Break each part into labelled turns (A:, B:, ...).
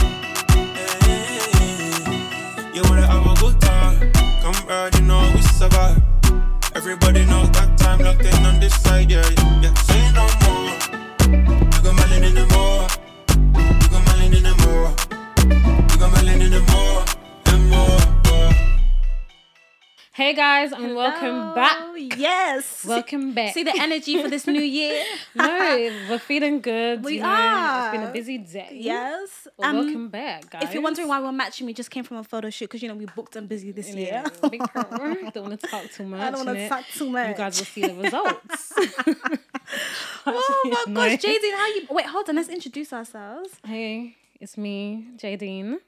A: Eh, the vibe. Everybody knows that time locked in on this side, yeah, yeah. yeah. Say no more. You got my lean in the more. You got my lean in the more. You got my lean in the more. And more, more.
B: Hey guys, and welcome back.
C: Yes.
B: Welcome back.
C: See the energy for this new year.
B: no, we're feeling good.
C: We
B: you know, It's been a
C: are.
B: busy day.
C: yes.
B: Well,
C: Um,
B: welcome back, guys.
C: if you're wondering why we're matching, we just came from a photo shoot because you know we booked and busy this year.
B: Yeah, big girl. don't want to talk too much.
C: I don't want to
B: innit?
C: talk too much.
B: You guys will see the results.
C: oh my
B: No.
C: gosh, Jaden, how you? Wait, hold on. Let's introduce ourselves.
B: Hey, it's me, Jadeen.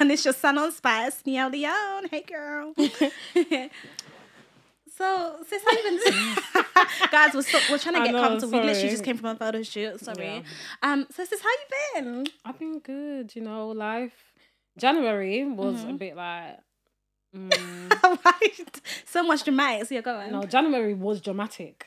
C: And it's your son on Spice, Nia Leon. Hey, girl. so, sis, how you been? Guys, we're, so, we're trying to
B: I
C: get
B: know,
C: comfortable. We literally
B: sorry.
C: just came from a photo shoot. Sorry.
B: Yeah.
C: Um, so, sis, how you been?
B: I've been good, you know, life. January was
C: Mm-hmm.
B: a bit like. mm,
C: Right. so much dramatics. You're going.
B: no, January was dramatic.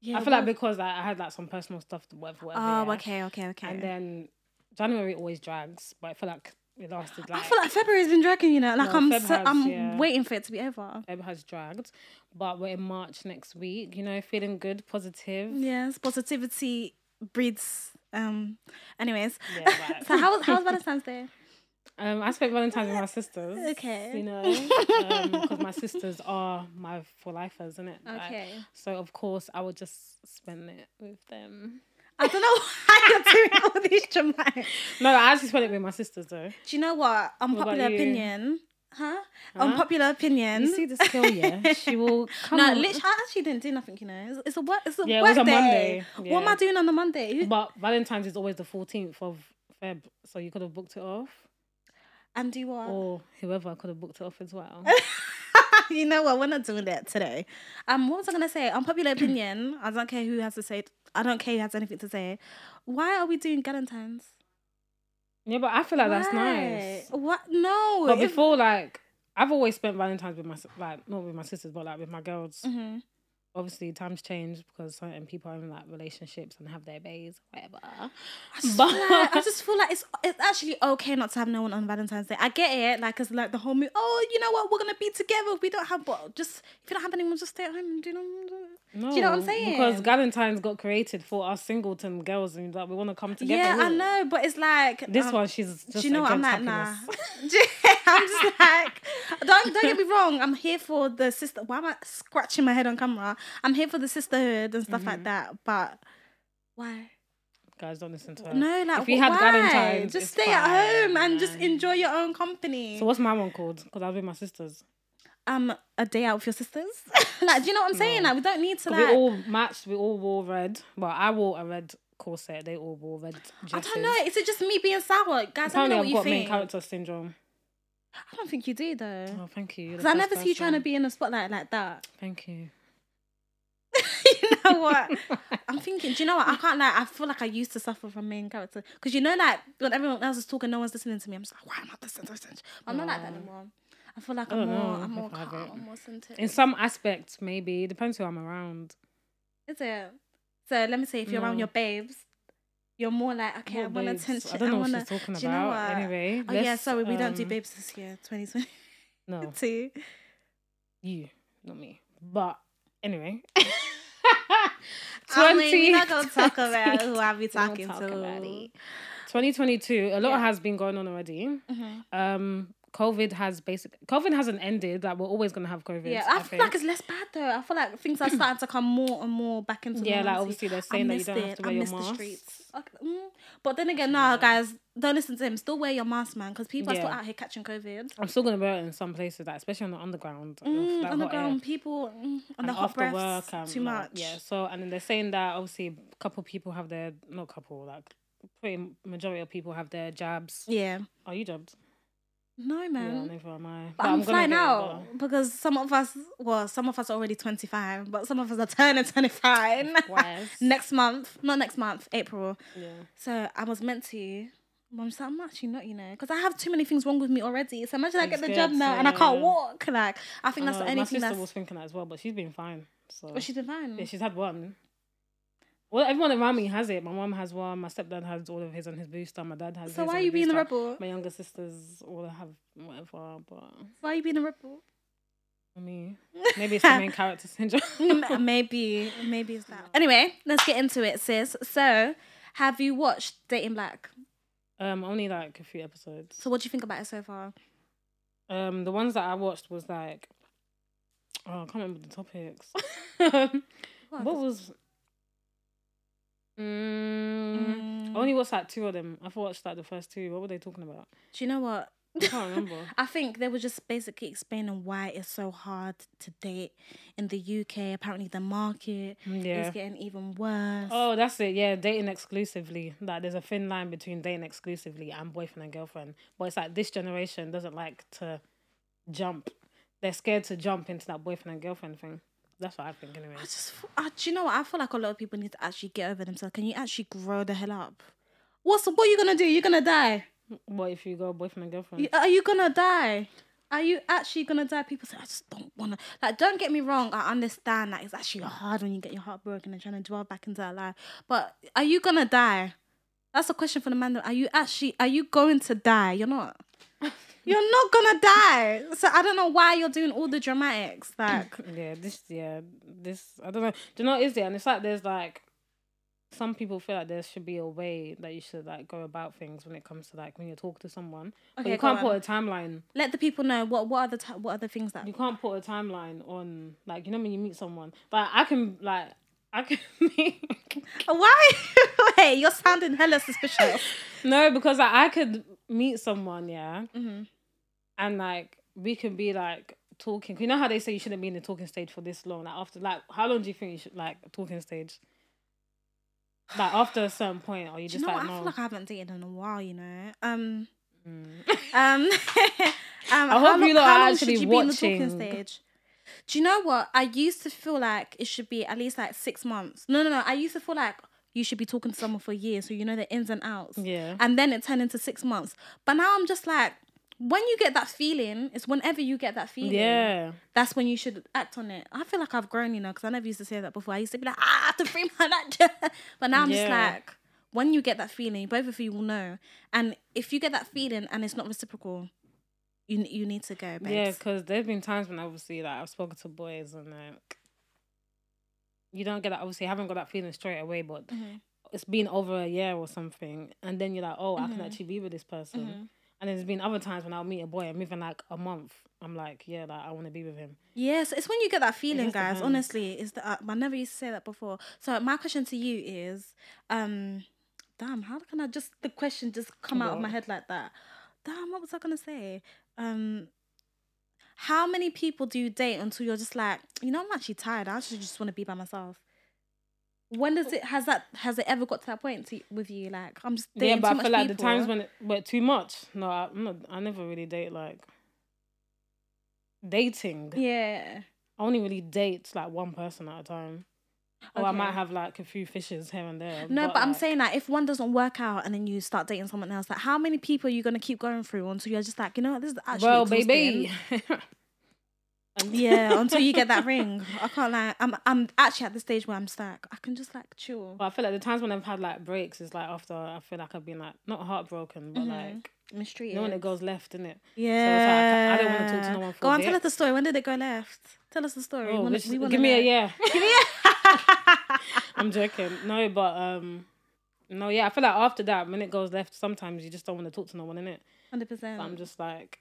C: yeah,
B: I feel like
C: well-
B: because like, I had like some personal stuff, whatever. whatever
C: Oh,
B: yeah.
C: okay, okay, okay.
B: And then January always drags, but I feel like it lasted like.
C: I feel like February's been dragging, you know. Like
B: No,
C: I'm,
B: Feb
C: so,
B: has,
C: I'm
B: yeah.
C: waiting for it to be over.
B: Feb has dragged, but we're in March next week. You know, feeling good, positive.
C: Yes, positivity breeds. Um. Anyways,
B: Yeah, right.
C: so how was how was Valentine's Day?
B: Um, I spent Valentine's with my sisters.
C: Okay.
B: You know, because my sisters are my for lifers, isn't it?
C: Okay.
B: so of course I would just spend it with them.
C: I don't know why you're doing all these dramatics.
B: No, I actually spent it with my sisters though.
C: Do you know what?
B: about
C: Unpopular
B: you?
C: opinion. Huh? Unpopular
B: You
C: opinion.
B: see this girl, yeah? She will come.
C: no,
B: on-
C: literally, I actually didn't do nothing. You know, it's, it's a work. It's a
B: Yeah, it
C: work
B: was a
C: day.
B: Monday,
C: What am I
B: yeah.
C: doing on the Monday? Who-
B: But Valentine's is always the fourteenth of Feb, so you could have booked it off,
C: And do what?
B: or whoever could have booked it off as well.
C: you know what? We're not doing that today. Um, what was I gonna say? Unpopular opinion. I don't care who has to say. It. I don't care who has anything to say. Why are we doing Galentine's?
B: yeah, but I feel like Oh, that's
C: Why?
B: nice.
C: What? No.
B: But
C: if-
B: before, like, I've always spent Valentine's with my si- like not with my sisters, but like with my girls.
C: Mhm.
B: Obviously, times change because certain people are in like relationships and have their bays, whatever. But
C: Like, I just feel like it's it's actually okay not to have no one on Valentine's Day. I get it, like it's like the whole mo- oh, you know what, we're gonna be together. If we don't have what just if you don't have anyone, just stay at home and do you know
B: no,
C: do you know what I'm
B: Because
C: saying?
B: Valentine's got created for us singleton girls, and like we want to come together.
C: Yeah, I
B: innit?
C: know, but it's like
B: This
C: um,
B: one, she's just.
C: do you know what? I'm like,
B: against
C: nah.
B: happiness.
C: I'm just like, don't don't get me wrong. I'm here for the sister. Why am I scratching my head on camera? I'm here for the sisterhood and stuff
B: Mm-hmm.
C: like that. But why?
B: Guys, don't listen to her.
C: No, like
B: if you
C: wh-
B: had
C: why?
B: Valentine's,
C: just
B: it's
C: stay at home and just
B: fine.
C: enjoy your own company.
B: So what's my one called? Because I was with my sisters.
C: um, a day out with your sisters. like, do you know what I'm saying? Like, we don't need to like.
B: we all matched. We all wore red. Well, I wore a red corset. They all wore red
C: I
B: dresses.
C: don't know. Is it just me being sour, guys? I don't
B: Apparently,
C: know
B: I've
C: what you
B: got main
C: think. I
B: character syndrome.
C: don't think you do though.
B: Oh, thank you. You're the
C: Because I
B: first
C: never see you trying to
B: person.
C: be in a spotlight like that.
B: Thank you.
C: you know what? I'm thinking, do you know what? I can't like I feel like I used to suffer from main character. Because you know like when everyone else is talking, no one's listening to me. I'm just like, why am I listening to this? I'm not like that anymore. I feel like
B: I
C: I'm
B: don't
C: more
B: know,
C: I'm more
B: if I have
C: calm,
B: it.
C: I'm more centered.
B: In some aspects, maybe it depends who I'm around.
C: Is it? So let me say if you're around
B: No.
C: your babes, you're more like, okay, I
B: What
C: want
B: babes?
C: attention.
B: I don't know
C: I
B: what
C: wanna,
B: she's talking
C: do you know
B: about.
C: what?
B: Anyway,
C: Oh yeah,
B: let's,
C: sorry, we don't do
B: um, Oh.
C: babes this year, 2022.
B: No, you, not me. But anyway,
C: I mean, we're not
B: 20
C: gonna talk about who I be
B: We won't
C: talking
B: talk
C: to.
B: about it. 2022, a lot
C: Yeah.
B: has been going on already.
C: Mhm.
B: Um, COVID has basic. COVID hasn't ended. Like we're always gonna have COVID.
C: Yeah, I, feel
B: think.
C: like it's less bad though. I feel like things are starting to come more and more back into
B: yeah, like
C: normalcy.
B: obviously they're
C: I
B: saying that you
C: missed
B: don't have
C: it.
B: to
C: I
B: wear your
C: missed the
B: mask.
C: streets. Okay, mm. But then again, no, guys, don't listen to him. Still wear your mask, man, because people are still
B: Yeah.
C: out here catching COVID.
B: I'm still gonna wear it in some places, like especially on the underground. of
C: Mm,
B: that
C: on the
B: hot air.
C: ground, people mm, on
B: And
C: the hot
B: after
C: breaths,
B: work, um,
C: too much.
B: like, yeah. So and then they're saying that obviously a couple people have their not couple like pretty m- majority of people have their jabs.
C: Yeah.
B: Are you jabbed?
C: No,
B: Yeah,
C: man.
B: neither am I.
C: But I'm,
B: gonna
C: flying
B: get it,
C: out
B: though.
C: because some of us, well, some of us are already 25, but some of us are turning 25
B: Wise.
C: next month. Not next month, April.
B: Yeah.
C: So I was meant to. But I'm, just like, I'm actually not, you know, because I have too many things wrong with me already. So imagine I get the job
B: Exactly.
C: now and I can't walk. Like I think
B: I
C: that's
B: know,
C: the only
B: my
C: thing
B: sister
C: that's.
B: was thinking that as well, but she's been fine. So
C: But she's been fine.
B: yeah, she's had one. Well, everyone around me has it. My mom has one. My stepdad has all of his on his booster. My dad has.
C: so
B: his
C: why
B: on
C: are
B: the
C: you being the
B: booster.
C: rebel?
B: My younger sisters all have whatever, but
C: Why are you being a rebel?
B: for me. Maybe it's the main character syndrome.
C: M- maybe, maybe it's that. Anyway, let's get into it, sis. So, have you watched Dating Black?
B: um, only like a few episodes.
C: So, what do you think about it so far?
B: Um, the ones that I watched was like, oh, I can't remember the topics. Um, what
C: What?
B: was? Mm, I
C: Mm,
B: only watched like two of them. I've watched like the first two. What were they talking about?
C: do you know what?
B: I can't remember.
C: I think they were just basically explaining why it's so hard to date in the UK. Apparently, the market
B: Mm, Yeah.
C: is getting even worse.
B: Oh, that's it. Yeah, dating exclusively. Like, there's a thin line between dating exclusively and boyfriend and girlfriend. But it's like this generation doesn't like to jump. They're scared to jump into that boyfriend and girlfriend thing. That's what I think, anyway.
C: I just, f- I, do you know what? I feel like a lot of people need to actually get over themselves. Can you actually grow the hell up? What's what are you gonna do? You're gonna die.
B: What if you go boyfriend and girlfriend?
C: You- Are you gonna die? Are you actually gonna die? People say, I just don't wanna. Like, don't get me wrong. I understand that it's actually hard when you get your heart broken and trying to dwell back into that life. But are you gonna die? That's a question for the man. Are you actually? Are you going to die? You're not. You're not gonna die. So I don't know why you're doing all the dramatics. Like,
B: Yeah, this, yeah, this, I don't know. Do you know what is it? And it's like there's like, some people feel like there should be a way that you should like go about things when it comes to like when you talk to someone. but
C: Okay,
B: you
C: go
B: can't
C: on.
B: put a timeline.
C: let the people know what what are the t- what are the things that
B: You can't put a timeline on like you know when you meet someone. Like I can like I can meet
C: Why? Wait, you're sounding hella suspicious.
B: no because like, I could meet someone yeah,
C: Mm-hmm.
B: and like we can be like talking. You know how they say you shouldn't be in the talking stage for this long. Like after like how long do you think you should like talking stage? Like after a certain point, are you
C: Do
B: just
C: you know
B: like
C: what? I
B: no?
C: feel like I haven't dated in a while. You know. Um.
B: Mm.
C: Um. um I
B: hope you lot are actually
C: Be in the
B: watching.
C: talking stage? Do you know what? I used to feel like it should be at least like six months. No, no, no. I used to feel like you should be talking to someone for years, so you know the ins and outs.
B: Yeah.
C: And then it turned into six months. But now I'm just like, when you get that feeling, it's whenever you get that feeling.
B: Yeah.
C: that's when you should act on it. I feel like I've grown, you know, because I never used to say that before. I used to be like, ah, I have to free my night. but now I'm just
B: Yeah.
C: like, when you get that feeling, both of you will know. And if you get that feeling and it's not reciprocal, you you need to go, babes.
B: Yeah, because there's been times when obviously like I've spoken to boys and like you don't get that obviously I haven't got that feeling straight away, but
C: Mhm.
B: it's been over a year or something, and then you're like, oh,
C: Mm-hmm.
B: I can actually be with this person. And there's been other times when I'll meet a boy and within like a month, I'm like, yeah, like I want to be with him.
C: Yes, it's when you get that feeling,
B: just
C: guys.
B: depends.
C: Honestly, is that I never used to say that before. So my question to you is, um, damn, how can I just the question just come out of my
B: What?
C: head like that? Damn, what was I gonna say? Um, how many people do you date until you're just like, you know, I'm actually tired. I actually just want to be by myself. When does it has that has it ever got to that point to, with you? Like, I'm just dating
B: yeah, but
C: too
B: I
C: much
B: feel like the
C: people.
B: times when it were too much. No, I, I'm not. I never really date like dating.
C: yeah.
B: I only really date like one person at a time. Or I might
C: Okay.
B: have like a few fishes here and there.
C: No, but, I'm
B: like,
C: saying that if one doesn't work out and then you start dating someone else, like how many people are you gonna keep going through until you're just like, you know what, this is actually
B: Well,
C: exhausting."
B: baby. And-
C: yeah, until you get that ring. I can't lie. I'm I'm actually at the stage where I'm just like, I can just like chill.
B: But I feel like the times when I've had like breaks is like after I feel like I've been like not heartbroken,
C: Mm-hmm.
B: but like
C: Mistreated.
B: no one that goes left, in it.
C: yeah.
B: I ca- I don't wanna talk to no one for
C: Go
B: a
C: on, tell
B: bit.
C: us the story. When did it go left? Tell us the story.
B: Oh,
C: wanna-
B: which-
C: wanna
B: give me a
C: know.
B: yeah.
C: Give me a
B: I'm joking. No, but um, no, yeah. I feel like after that, when it goes left, sometimes you just don't want to talk to no one, innit?
C: hundred
B: But I'm
C: percent.
B: just like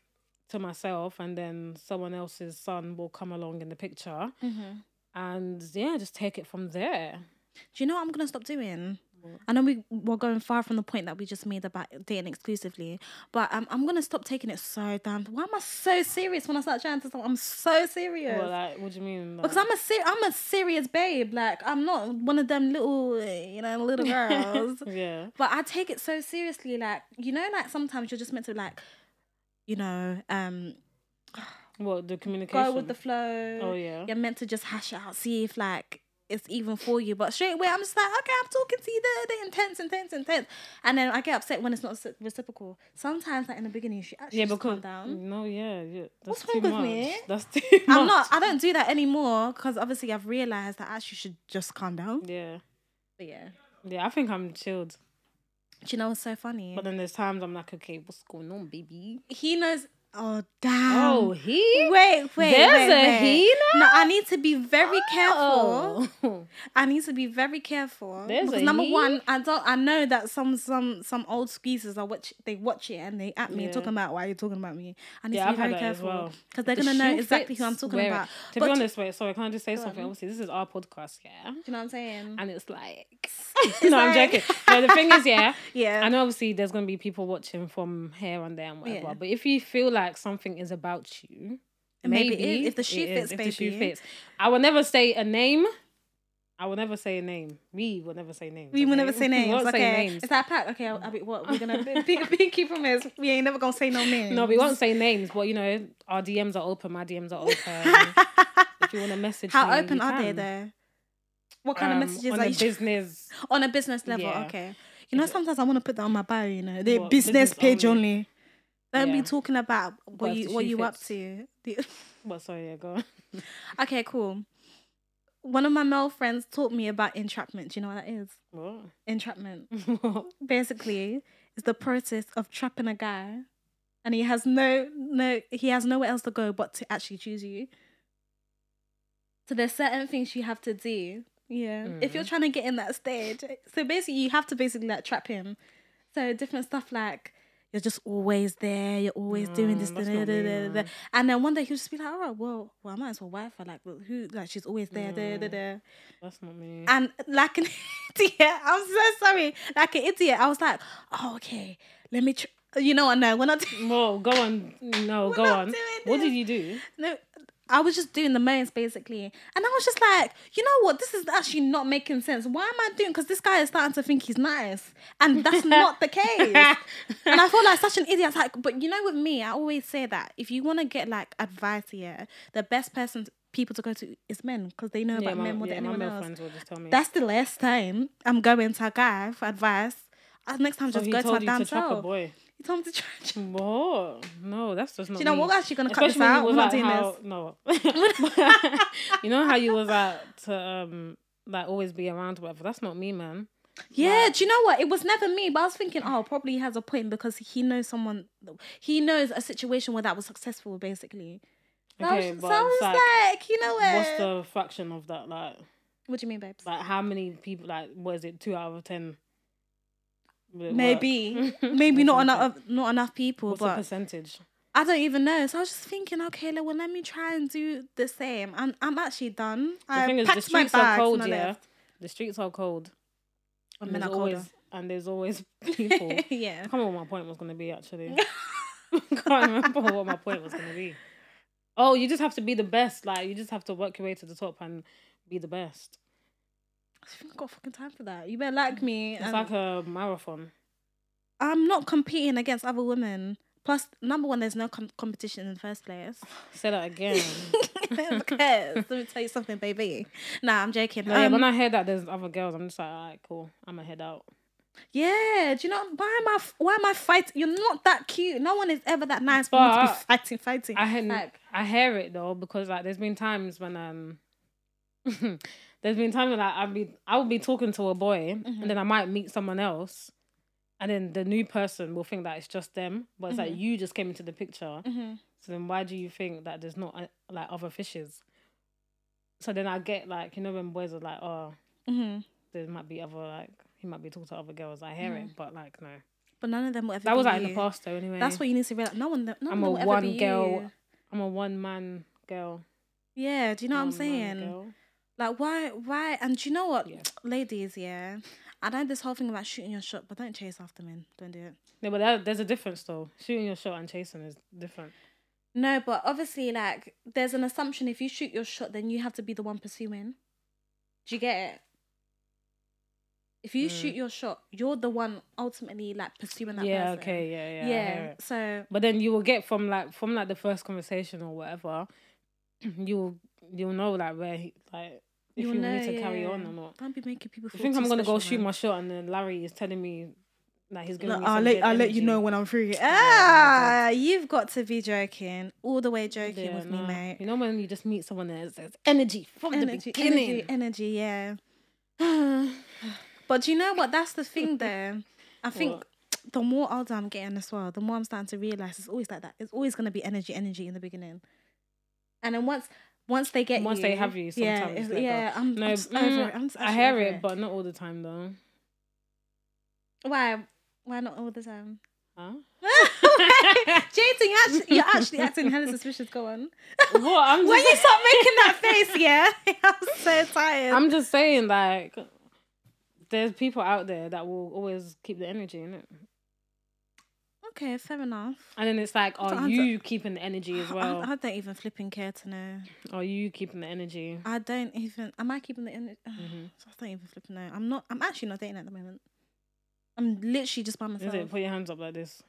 B: to myself, and then someone else's son will come along in the picture,
C: Mm-hmm.
B: and yeah, just take it from there.
C: Do you know what I'm gonna stop doing? I know we we're going far from the point that we just made about dating exclusively, but um, I'm gonna stop taking it so damn. Why am I so serious when I start chatting to someone? I'm so serious
B: Well, like, what do you mean?
C: because I'm a ser- I'm a serious babe. Like I'm not one of them little you know little girls.
B: yeah.
C: But I take it so seriously. Like you know, like sometimes you're just meant to like, you know, um,
B: What the communication?
C: go with the flow.
B: Oh, yeah.
C: You're meant to just hash it out, see if like it's even for you. But straight away, I'm just like, okay, I'm talking to you. The, the intense, intense, intense. And then I get upset when it's not reci- reciprocal. Sometimes, like in the beginning, she actually
B: yeah,
C: just
B: because
C: calm down.
B: no, yeah, yeah. That's
C: What's wrong
B: too
C: with
B: much.
C: me?
B: That's too much.
C: I'm not. I don't do that anymore because obviously I've realized that I actually should just calm down.
B: Yeah,
C: But yeah,
B: yeah. I think I'm chilled,
C: do you know what's so funny?
B: but then there's times I'm like, okay, what's going on, baby?
C: he knows. Oh damn.
B: Oh, he.
C: Wait, wait.
B: There's
C: wait,
B: a
C: wait.
B: he now?
C: No, I need to be very careful.
B: Oh.
C: I need to be very careful.
B: There's
C: because
B: a
C: number
B: he?
C: one, I don't I know that some some some old squeezers are watch they watch it and they at me
B: Yeah.
C: talking about why you're talking about me. I need
B: Yeah,
C: to
B: I've
C: be
B: had
C: very
B: that as
C: careful.
B: well.
C: Because they're
B: The
C: gonna know
B: shoe
C: exactly who
B: fits,
C: I'm talking
B: wear it.
C: about.
B: To
C: But
B: be
C: do-
B: honest, wait, sorry, can I just say something?
C: on.
B: Obviously, this is our podcast, yeah,
C: do you know what I'm saying?
B: and it's like, no, I'm
C: Sorry.
B: joking. No, the thing is, yeah,
C: Yeah.
B: I know obviously there's gonna be people watching from here and there and whatever,
C: Yeah.
B: but if you feel like something is about you,
C: And maybe it is, if the
B: it
C: shoe
B: is,
C: fits,
B: if the shoe
C: baby.
B: fits. I will never say a name. I will never say a name. We will never say names.
C: We will
B: okay?
C: never say names.
B: won't
C: okay.
B: say names.
C: Is that a pact? Okay, I'll, I'll be, what we're gonna be, be, be, keep promise. We ain't never gonna say no names.
B: No, we won't say names, but you know, our DMs are open. My DMs are open. if you want to message,
C: How
B: me,
C: open
B: you
C: are they
B: can.
C: though? What kind
B: Um,
C: of messages
B: on
C: are
B: a
C: you
B: business?
C: on a business level?
B: Yeah.
C: Okay. You know, sometimes I want to put that on my bio. You know, the
B: What,
C: business,
B: business
C: page only.
B: only?
C: Don't
B: Yeah.
C: be talking about
B: But
C: what
B: if
C: you
B: the
C: what
B: shoe
C: you up
B: fits.
C: to. The-
B: Well, sorry, yeah, go on.
C: okay, cool. One of my male friends taught me about entrapment. Do you know what that is? Entrapment
B: What?
C: basically is the process of trapping a guy, and he has no no he has nowhere else to go but to actually choose you. So there's certain things you have to do. Yeah. If
B: Mm.
C: you're trying to get in that stage, so basically you have to basically like trap him. So different stuff like you're just always there, you're always doing
B: No,
C: this, da,
B: Mm, that's
C: da,
B: not
C: da,
B: me,
C: da, da, da. and then one day he'll just be like, "All right, well, well, I might as well wife her. Like, look, who? Like, she's always there, da, da, da."
B: That's not me.
C: and like an idiot, I'm so sorry, like an idiot. I was like, oh, okay, let me, tr-. you know, I know we're not.
B: Whoa, go on. No, go
C: not
B: on.
C: doing
B: What
C: this.
B: did you do?
C: no, I was just doing the most basically, and I was just like, you know what, this is actually not making sense. Why am I doing? Because this guy is starting to think he's nice, and that's not the case. and I felt like such an idiot. I was like, but you know, with me, I always say that if you want to get like advice here, the best person people to go to is men because they know
B: Yeah,
C: about
B: my,
C: men more
B: yeah,
C: than
B: my
C: anyone
B: male
C: else.
B: friends will just tell me.
C: That's the last time I'm going to a guy for advice. Uh, Next time,
B: so Oh,
C: just
B: he
C: go to a
B: told you
C: damn
B: to trap a
C: show.
B: boy.
C: He told me to try.
B: Whoa, no, that's just not.
C: Do you know
B: me.
C: what? We're actually gonna cut this
B: Especially when
C: out.
B: you
C: We're
B: was
C: not
B: like
C: doing
B: how
C: this.
B: no. you know how you was at to um like always be around whatever. That's not me, man.
C: Yeah, do you know what? It was never me, but I was thinking, oh, probably he has a point because he knows someone. He knows a situation where that was successful, basically. So I
B: Okay,
C: was, so
B: but
C: I
B: it's
C: was
B: like,
C: like, you know what?
B: what's the fraction of that? Like,
C: What do you mean, babes?
B: like how many people? Like, what is it? Two out of ten. will it work?
C: maybe, maybe not enough, not enough people,
B: What's the
C: but
B: percentage?
C: I don't even know. So I was just thinking, okay, le- well, let me try and do the same. I'm, I'm actually done.
B: The
C: I
B: thing is, the
C: packed my
B: streets are
C: bags
B: cold.
C: and I
B: Yeah,
C: left.
B: the streets are cold.
C: And
B: And
C: men
B: there's
C: are colder.
B: always and there's always people. I
C: yeah.
B: can't remember what my point was gonna be actually. can't remember what my point was gonna be. Oh, you just have to be the best. Like you just have to work your way to the top and be the best.
C: I haven't got fucking time for that. You better like me.
B: It's
C: and
B: like a marathon.
C: I'm not competing against other women. Plus, number one, there's no com- competition in the first place.
B: Say that again.
C: because let me tell you something, baby. Nah, I'm joking.
B: No, yeah,
C: Um,
B: when I hear that there's other girls, I'm just like, alright, cool. I'ma head out.
C: yeah, do you know why am I? f- Why am I fighting? You're not that cute. No one is ever that nice. for you to be
B: But-
C: fighting, fighting.
B: I hear
C: Like-
B: I hear it though because like there's been times when um there's been times when like, I've been I will be talking to a boy and then I might meet someone else and then the new person will think that it's just them but it's like you just came into the picture
C: mm-hmm,
B: so then why do you think that there's not uh, like other fishes so then I get like you know when boys are like oh
C: Mhm.
B: there might be other like he might be talking to other girls I hear it but like no
C: But none of them will ever.
B: that was
C: be
B: like in
C: Mm. you.
B: the past though anyway
C: That's what you need to realize. No one, no
B: I'm
C: one
B: a
C: will ever
B: one
C: be
B: girl
C: you.
B: I'm a one man girl
C: Yeah, do you know what I'm
B: one man
C: saying?
B: girl.
C: Like, why, why? And do you know what, ladies? Yeah, I know this whole thing about shooting your shot, but don't chase after men. Don't do it.
B: No, but that, there's a difference though. Shooting your shot and chasing is different.
C: No, but obviously, like, there's an assumption if you shoot your shot, then you have to be the one pursuing. Do you get it? If you shoot your shot, you're the one ultimately like pursuing that
B: Mm. yeah,
C: person.
B: okay, yeah, yeah. I hear
C: Yeah.
B: it.
C: So
B: But then you will get from like from like the first conversation or whatever, you'll you'll know like where he, like if you
C: you'll know,
B: need to carry
C: yeah.
B: on or not.
C: Don't be making people.
B: I
C: Feel
B: think
C: too
B: I'm gonna go
C: special,
B: shoot
C: man.
B: my shot and then Larry is telling me that he's gonna.
C: Look, I'll let I'll let you know when I'm free. Ah, you've got to be joking, all the way joking with me, mate.
B: You know when you just meet someone and there's energy from the
C: Energy,
B: beginning.
C: energy, energy, yeah. but do you know what? That's the thing, though. I think
B: What?
C: the more older I'm getting as well, the more I'm starting to realize it's always like that. It's always gonna be energy, energy in the beginning, and then once once they get
B: Once
C: you,
B: they have you,
C: yeah,
B: sometimes
C: it's-
B: let go.
C: yeah. I'm,
B: No,
C: I'm just
B: mm,
C: over it. I'm just
B: I
C: actually
B: hear
C: over
B: it, but not all the time though.
C: why why not all the time?
B: Huh?
C: Jason, you're actually, you're actually acting hella suspicious. Go on.
B: What? I'm
C: When
B: just,
C: you stop making that face, yeah, I'm so tired.
B: I'm just saying, like, there's people out there that will always keep the energy in it,
C: okay, fair enough.
B: and then it's like,
C: That's
B: are
C: the
B: you keeping the energy as well?
C: I, I don't even flipping care to know.
B: Are you keeping the energy?
C: I don't even. Am I keeping the energy?
B: Mhm.
C: I don't even flipping know. I'm not. I'm actually not dating at the moment. I'm literally just by
B: Is
C: myself.
B: it put your hands up like this?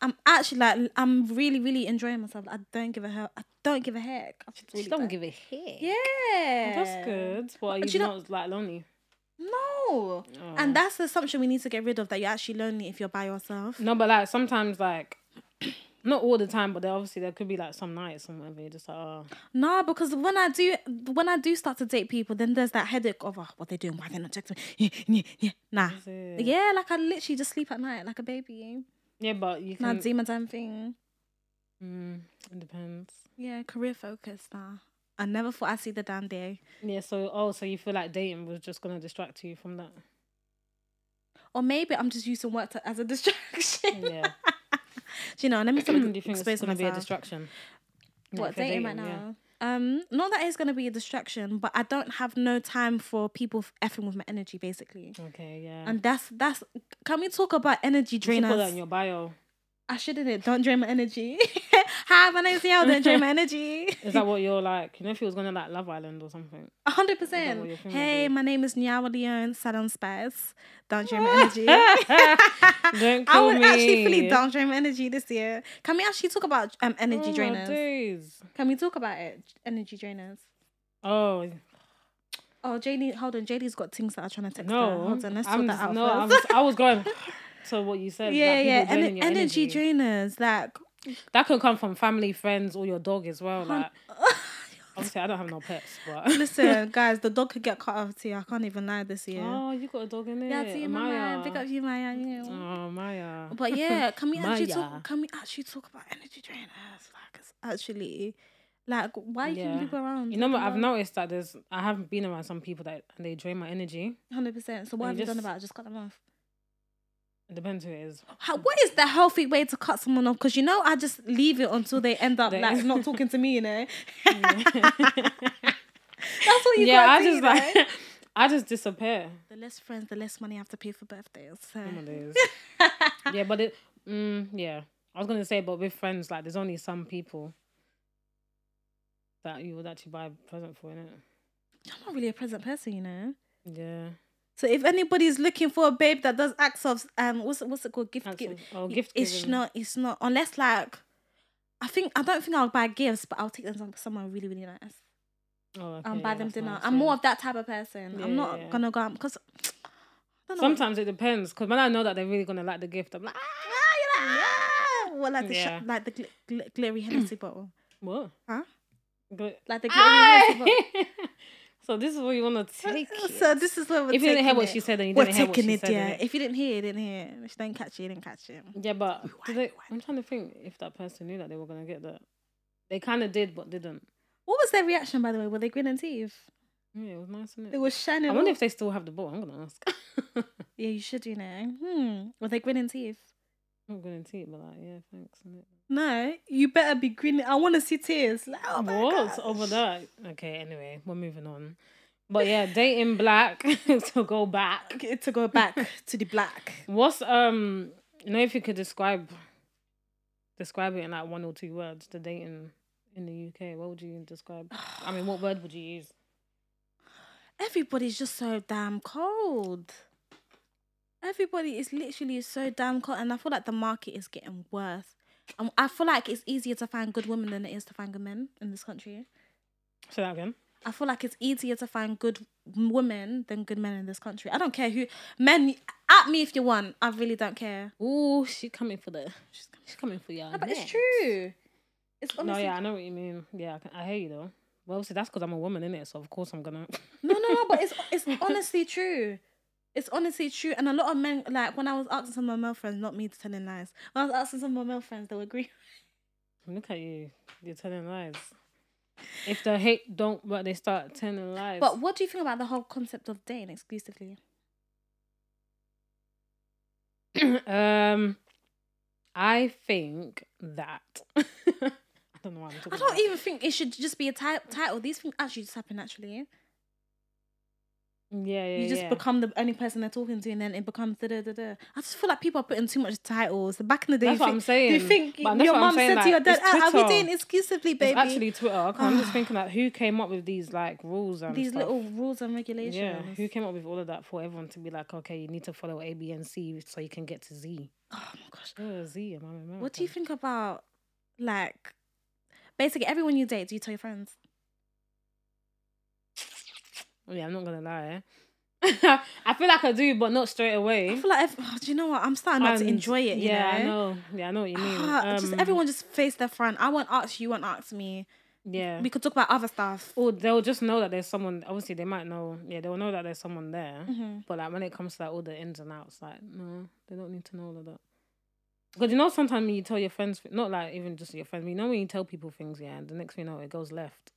C: I'm actually like. I'm really, really enjoying myself. I don't give a hell. I don't give a heck. I just really
B: give a hit.
C: Yeah. Oh,
B: that's good. But are
C: But
B: you,
C: do you know-
B: not like lonely?
C: No.
B: Oh.
C: And that's the assumption we need to get rid of that you're actually lonely if you're by yourself.
B: No, but like sometimes, like not all the time, but there obviously there could be like some nights and whatever. You're just like, oh,
C: No, because when I do when I do start to date people, then there's that headache of oh, what they doing, why they not texting me. Yeah, yeah, yeah. Nah.
B: it?
C: Yeah, like I literally just sleep at night like a baby.
B: yeah, but you
C: Nah,
B: can.
C: do my damn thing.
B: Mm, it depends.
C: Yeah, career focused. Nah, I never thought I'd see the damn day.
B: Yeah. So oh, so you feel like dating was just gonna distract you from that?
C: Or maybe I'm just using work to, as a distraction.
B: Yeah.
C: Do you know? Let me
B: Do
C: start
B: you think it's
C: expose
B: gonna be a
C: myself.
B: distraction? Like,
C: what
B: if you're
C: dating right
B: yeah.
C: now? Um, not that it's gonna be a distraction, but I don't have no time for people f- effing with my energy, basically.
B: Okay. Yeah.
C: And that's that's. Can we talk about energy
B: you should put that
C: drainers?
B: in your bio.
C: I shouldn't. It don't drain my energy. Hi, my name's Yao. Don't drain my energy.
B: Is that what you're like? You know, if you was gonna like Love Island or something.
C: A hundred
B: Is that what
C: percent.
B: your thing
C: Hey,
B: would be?
C: my name is Nyawa Leon Salon Spice. Don't drain my energy.
B: Don't
C: I
B: kill
C: would actually
B: me.
C: fully down drain my energy this year. Can we actually talk about um energy
B: Oh,
C: drainers?
B: days.
C: Can we talk about it? Energy drainers.
B: Oh
C: Oh, Janie, hold on. Janie's got things that are trying to text her.
B: no!
C: Hold on, let's
B: I'm
C: sort that
B: just-
C: out
B: no, I'm
C: first.
B: just- I was going to what you said.
C: yeah,
B: like, people
C: yeah. Ener-
B: draining your
C: energy, drainers, like
B: that could come from family, friends, or your dog as well. Like, obviously, I don't have no pets, but
C: listen, guys, the dog could get cut off too. I can't even lie this year.
B: oh, you got a dog in there,
C: yeah, to you, Maya. Big up you, Maya. You know.
B: Oh, Maya.
C: But yeah, can we actually
B: Maya.
C: talk? Can we actually talk about energy drainers? Like, it's actually, like, why are you
B: Yeah.
C: keeping people around?
B: You know what? I've noticed that there's I haven't been around some people that and they drain my energy.
C: hundred percent. So
B: You
C: what have you done
B: just-
C: about? it? Just cut them off.
B: It depends who it is.
C: How, what is the healthy way to cut someone off? Because you know, I just leave it until they end up
B: They-
C: like not talking to me. You know, that's what you.
B: yeah,
C: gotta
B: I
C: do,
B: just
C: you know?
B: like I just disappear.
C: the less friends, the less money I have to pay for birthdays. So.
B: Some of those. yeah, but it, mm, yeah, I was gonna say, but with friends, like, there's only some people that you would actually buy a present for, innit?
C: I'm not really a present person, you know.
B: Yeah,
C: So if anybody's looking for a babe that does acts of um, what's it, what's it called? Gift,
B: Acts
C: gi-
B: of- oh, gift
C: It's
B: giving.
C: not. It's not unless like. I think I don't think I'll buy gifts, but I'll take them to somewhere really, really nice.
B: oh, okay,
C: I'll buy
B: yeah,
C: them
B: that's
C: dinner.
B: nice,
C: I'm
B: yeah.
C: more of that type of person.
B: Yeah,
C: I'm not
B: yeah.
C: gonna go out because
B: Sometimes it depmes because when I know that they're really gonna like the gift, I'm like, ah,
C: ah, you know, ah, well, like the sh-
B: Yeah.
C: like the gl- gl- glittery Hennessy bottle,
B: what?
C: huh?
B: But
C: Like the glittery Hennessy bottle.
B: so this is what you wanna take. it.
C: So this is where we're
B: If you didn't hear
C: taking
B: what
C: it.
B: she said, then you
C: we're
B: didn't hear what
C: taking
B: she
C: it,
B: said.
C: yeah.
B: innit?
C: If you didn't hear, you didn't hear. If you didn't catch it, you didn't catch it.
B: Yeah, but did
C: Rewind,
B: they, I'm trying to think if that person knew that they were gonna get that. They kind of did, but didn't.
C: What was their reaction, by the way? Were they grinning teeth?
B: Yeah, it was nice, innit?
C: They were shining.
B: I wonder
C: all-
B: if they still have the ball. I'm gonna ask.
C: yeah, you should, you know. Hmm. Were they grinning teeth?
B: I'm gonna see it, but like, yeah, thanks. innit?
C: No, you better be grinning. I want to see tears. Like, oh my
B: what
C: gosh.
B: over that? Okay, anyway, we're moving on. But yeah, dating black to go back.
C: Okay, To go back to the black.
B: What's um? You know, if you could describe describe it in like one or two words, the dating in the UK, what would you describe? I mean, what word would you use?
C: Everybody's just so damn cold. Everybody is literally so damn cold, and I feel like the market is getting worse. And I feel like it's easier to find good women than it is to find good men in this country.
B: Say that again.
C: I feel like it's easier to find good women than good men in this country. I don't care who men at me if you want. I really don't care.
B: Ooh, she coming for the. She's coming, she's coming for y'all.
C: But it's
B: neck.
C: true. It's
B: No,
C: honestly
B: yeah, I know what you mean. Yeah, I, can, I hear you though. Well, see, that's because I'm a woman, innit? So of course I'm gonna.
C: No, no, no, but it's it's honestly true. It's honestly true, and a lot of men like when I was asking some of my male friends, not me telling lies. When I was asking some of my male friends, they would agree.
B: Look at you. You're telling lies. If the hate don't work, they start telling lies.
C: But what do you think about the whole concept of dating exclusively?
B: um, I think that I don't know why I'm talking.
C: I don't
B: about
C: even think it should just be a ti- title. These things actually just happen naturally.
B: even. Yeah, yeah,
C: you just
B: yeah.
C: become the only person they're talking to, and then it becomes da da da da. I just feel like people are putting too much titles. Back in the day,
B: That's
C: you
B: what
C: think,
B: I'm
C: You
B: saying.
C: think
B: But that's
C: your
B: what I'm
C: mum
B: saying,
C: said to
B: like,
C: your dad,
B: it's
C: "Ah, "Are we
B: Twitter.
C: dating exclusively,
B: It's
C: baby?"
B: actually Twitter. 'cause I'm just thinking like, who came up with these like rules and
C: These
B: stuff?
C: little rules and regulations.
B: yeah, who came up with all of that for everyone to be like, okay, you need to follow A, B, and C so you can get to Z.
C: Oh my gosh.
B: Oh, Z, am I American?
C: What do you think about like basically everyone you date? Do you tell your friends?
B: Oh, Yeah, I'm not gonna lie. I feel like I do, but not straight
C: I
B: away.
C: feel like if, oh, do you know what? I'm starting not to
B: And-
C: enjoy it. You
B: yeah,
C: know?
B: I know. Yeah, I know what you mean.
C: Ah, just
B: Um,
C: everyone just face their front. I won't ask you. You won't ask me.
B: Yeah.
C: We could talk about other stuff.
B: Or they'll just know that there's someone. Obviously, they might know. Yeah, they'll know that there's someone there.
C: Mhm.
B: But like when it comes to like all the ins and outs, like no, they don't need to know all of that. Because you know, sometimes when you tell your friends, not like even just your friends, but you know when you tell people things, yeah, and the next thing you know, it goes left.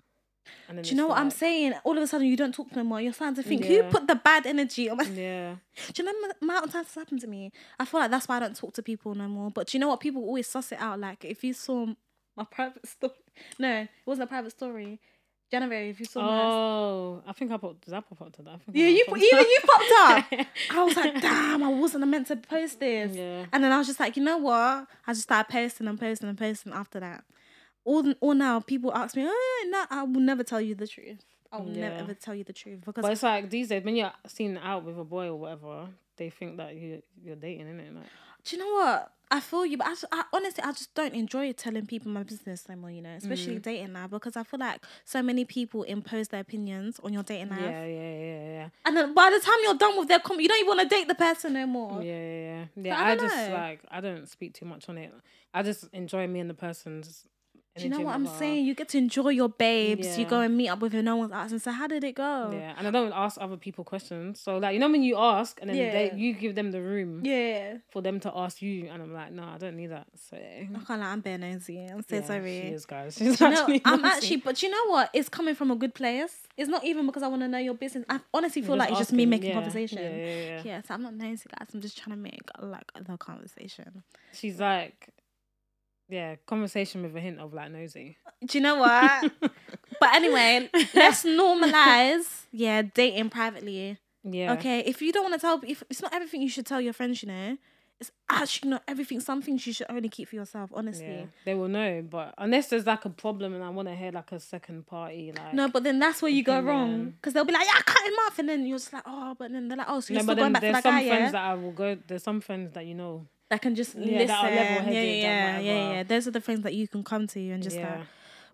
B: And then
C: Do
B: it's
C: you know what I'm
B: like-
C: saying? All of a sudden, you don't talk no more. You're starting to think, who
B: Yeah. Mm.
C: put the bad energy on my.
B: Yeah,
C: Do you know the amount of times this happened to me? I feel like that's why I don't talk to people no more. But do you know what? People always suss it out. Like, if you saw my private story. No, it wasn't a private story. January, if you saw my.
B: Oh, I think I put did I pop up to that? I think I
C: Yeah, you,
B: popped
C: even
B: up.
C: you popped up. I was like, damn, I wasn't meant to post this.
B: Yeah.
C: And then I was just like, you know what? I just started posting and posting and posting after that. All, all now, people ask me, oh, no, I will never tell you the truth. I will never
B: Yeah.
C: ever tell you the truth because
B: But it's like these days when you're seen out with a boy or whatever, they think that you you're dating, innit? Like,
C: do you know what? I feel you, but I, just- I honestly, I just don't enjoy telling people my business no more. You know, especially
B: Mm.
C: dating now because I feel like so many people impose their opinions on your dating life,
B: yeah, yeah, yeah, yeah.
C: and then by the time you're done with their comment, you don't even want to date the person no more.
B: Yeah, yeah, yeah. yeah
C: I
B: I,
C: don't
B: just
C: know.
B: like I don't speak too much on it. I just enjoy me and the person's.
C: Do you know
B: energy and
C: what I'm
B: blah, blah,
C: saying? You get to enjoy your babes. You
B: Yeah.
C: go and meet up with your no one's ass and say, "How did it
B: blah.
C: go?"
B: Yeah, and I don't ask other people questions. So like you know when you ask and then they,
C: Yeah.
B: you give them the room
C: Yeah.
B: for them to ask you, and I'm like, no, I don't need that. So
C: I can't lie, I'm bare nosy. I'm so
B: yeah,
C: sorry.
B: She is, guys. She's
C: Do you know,
B: actually
C: I'm
B: nosy.
C: actually, but you know what? It's coming from a good place. It's not even because I want to know your business. I honestly feel
B: You're
C: like it's just me
B: asking.
C: making
B: Yeah,
C: conversation.
B: Yeah, yeah, yeah.
C: Yeah, so I'm not nosy, guys. I'm just trying to make like the conversation.
B: She's like, yeah, conversation with a hint of like nosy.
C: Do you know what? but anyway, let's normalize. Yeah, dating privately.
B: Yeah.
C: Okay, if you don't want to tell, if it's not everything you should tell your friends, you know, it's actually not everything. Some things you should only keep for yourself. Honestly.
B: Yeah, they will know, but unless there's like a problem and I want to hear like a second party, like
C: No, but then that's where you go
B: Opinion.
C: wrong because they'll be like, "Yeah, I cut him off," and then you're just like, "Oh," but then they're like, "Oh, so you're
B: No,
C: still
B: but
C: going
B: then
C: back to
B: there's
C: that
B: some
C: guy,
B: friends
C: yeah?"
B: that I will go. There's some friends that you know.
C: that can just
B: Yeah,
C: listen.
B: that are level-headed
C: yeah,
B: and
C: yeah, yeah,
B: whatever.
C: yeah. Those are the friends that you can come to and just
B: yeah,
C: like.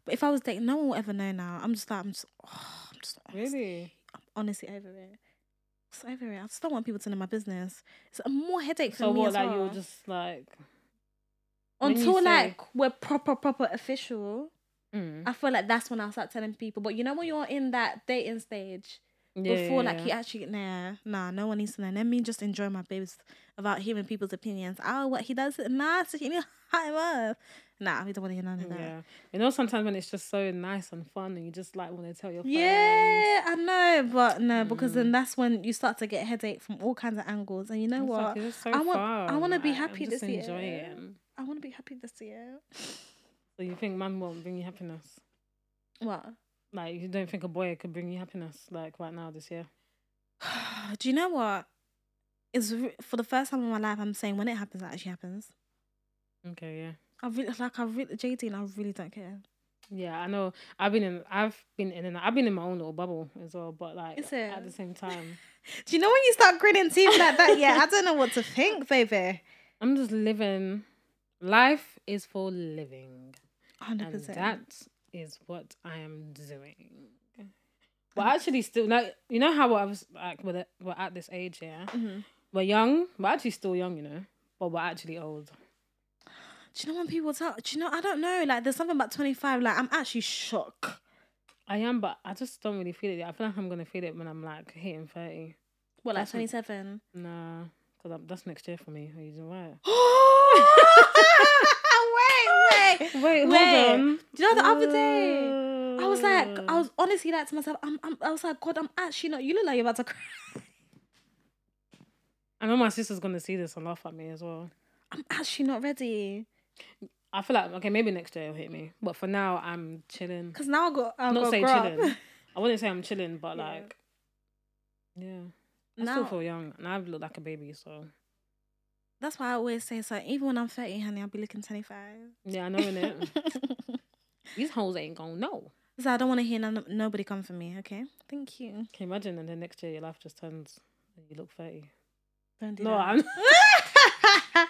C: But if I was dating, no one will ever know now. I'm just like, I'm just, oh, I'm just
B: really.
C: honestly over it. It's over it. I just don't want people to know my business. It's a more headache for
B: So
C: me
B: what?
C: as
B: Like
C: well.
B: you're just like, when you
C: Until
B: say-
C: like we're proper, proper official.
B: mm,
C: I feel like that's when I'll start telling people. But you know when you're in that dating stage, before like you actually nah nah no one needs to know let me just enjoy my babes about hearing people's opinions oh what he does it nah so he need to high love nah we don't want to hear none of that yeah,
B: yeah. You know, sometimes when it's just so nice and fun, and you just like want to tell your friends.
C: I know but no because
B: Mm.
C: then that's when you start to get headache from all kinds of angles and you know
B: It's
C: what
B: like, it's so
C: I want I
B: fun.
C: want to be
B: Like, I'm
C: happy
B: just
C: this year
B: enjoying.
C: I want to be happy this year
B: So you think man won't bring you happiness?
C: what
B: Like you don't think a boy could bring you happiness like right now this year?
C: do you know what it's re- for the first time in my life I'm saying when it happens it actually happens
B: Okay, yeah.
C: I really like I really JD and I really don't care
B: Yeah, I know. I've been in. I've been in. And I've been in my own little bubble as well. But like
C: Is
B: at
C: it?
B: the same time,
C: Do you know when you start grinning teeth like that? Yeah, I don't know what to think, baby.
B: I'm just living. Life is for living,
C: Hundred
B: and
C: percent.
B: that is what I am doing. We're actually still like you know how I was like we're, the- we're at this age, yeah.
C: Mm-hmm.
B: We're young. We're actually still young, you know, but we're actually old.
C: Do you know when people tell? Do you know? I don't know. Like, there's something about twenty five. Like, I'm actually shocked.
B: I am, but I just don't really feel it. yet. I feel like I'm gonna feel it when I'm like hitting thirty.
C: What, like
B: That's what-
C: 27?
B: Nah, because that's next year for me. Are you right?
C: wait, wait.
B: Wait, hold
C: Wait.
B: on.
C: Do you know the other day? I was like, I was honestly like to myself, I'm, I'm, I was like, God, I'm actually not. You look like you're about to cry.
B: I know my sister's gonna see this and laugh at me as well.
C: I'm actually not ready.
B: I feel like okay, maybe next year it'll hit me, but for now I'm chilling.
C: Because now I got. I've
B: Not
C: got
B: say
C: grow up.
B: chilling. I wouldn't say I'm chilling, but
C: Yeah.
B: like, yeah, I still
C: Now,
B: feel young, and I've looked like a baby, so
C: that's why I always say, so even when I'm 30, honey, I'll be looking 25.
B: yeah, I know in it. These hoes ain't gonna know.
C: so I don't want to hear none, nobody come for me, okay? Thank you.
B: Can you imagine? And then next year your life just turns and you look thirty.
C: Don't do
B: No,
C: that.
B: I'm.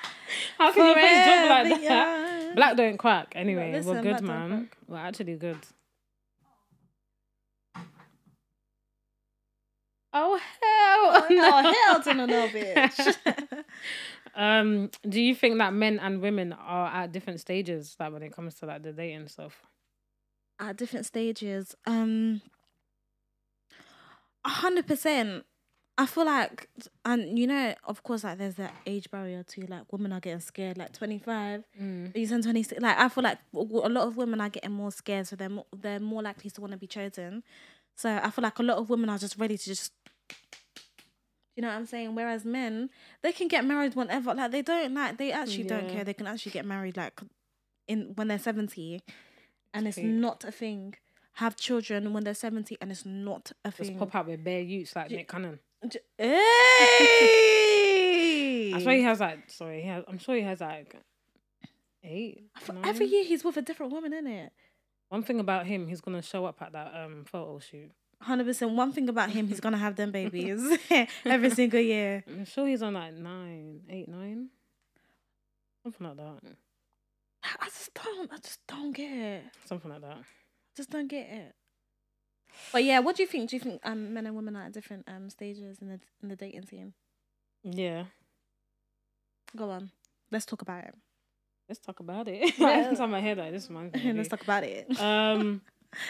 B: How can you face job like that?
C: Forever young.
B: Black don't crack. Anyway,
C: listen,
B: we're good,
C: black don't
B: man. We're actually good. Oh hell!
C: Oh, hell to no, no, bitch.
B: um, do you think that men and women are at different stages, like when it comes to like the dating stuff?
C: at different stages. Um, a hundred percent. I feel like, and you know, of course, like there's that age barrier too. Like women are getting scared. Like twenty five, you turn twenty six. Like I feel like w- w- a lot of women are getting more scared, so they're more, they're more likely to want to be chosen. So I feel like a lot of women are just ready to just. You know what I'm saying? Whereas men, they can get married whenever. Like they don't like they actually don't
B: Yeah.
C: care. They can actually get married like in when they're seventy and it's
B: Fake.
C: not a thing. Have children when they're 70 and it's not a
B: Just
C: thing.
B: pop out with bare youths like Nick Cannon.
C: J- Hey!
B: I swear he has like. Sorry, he has, I'm sure he has like eight.
C: For
B: nine?
C: Every year he's with a different woman, isn't it?
B: One thing about him, he's gonna show up at that um photo shoot.
C: 100%. One thing about him, he's going to have them babies every single year.
B: I'm sure he's on like nine, eight, nine, something like that.
C: I just don't, I just don't get it.
B: Something like that.
C: just don't get it. But yeah, what do you think? Do you think um, men and women are at different um, stages in the in the dating scene?
B: Yeah.
C: Go on, let's talk about it.
B: Let's talk about it. Every time I hear that, this reminds me. of
C: let's
B: you.
C: talk about it.
B: Um.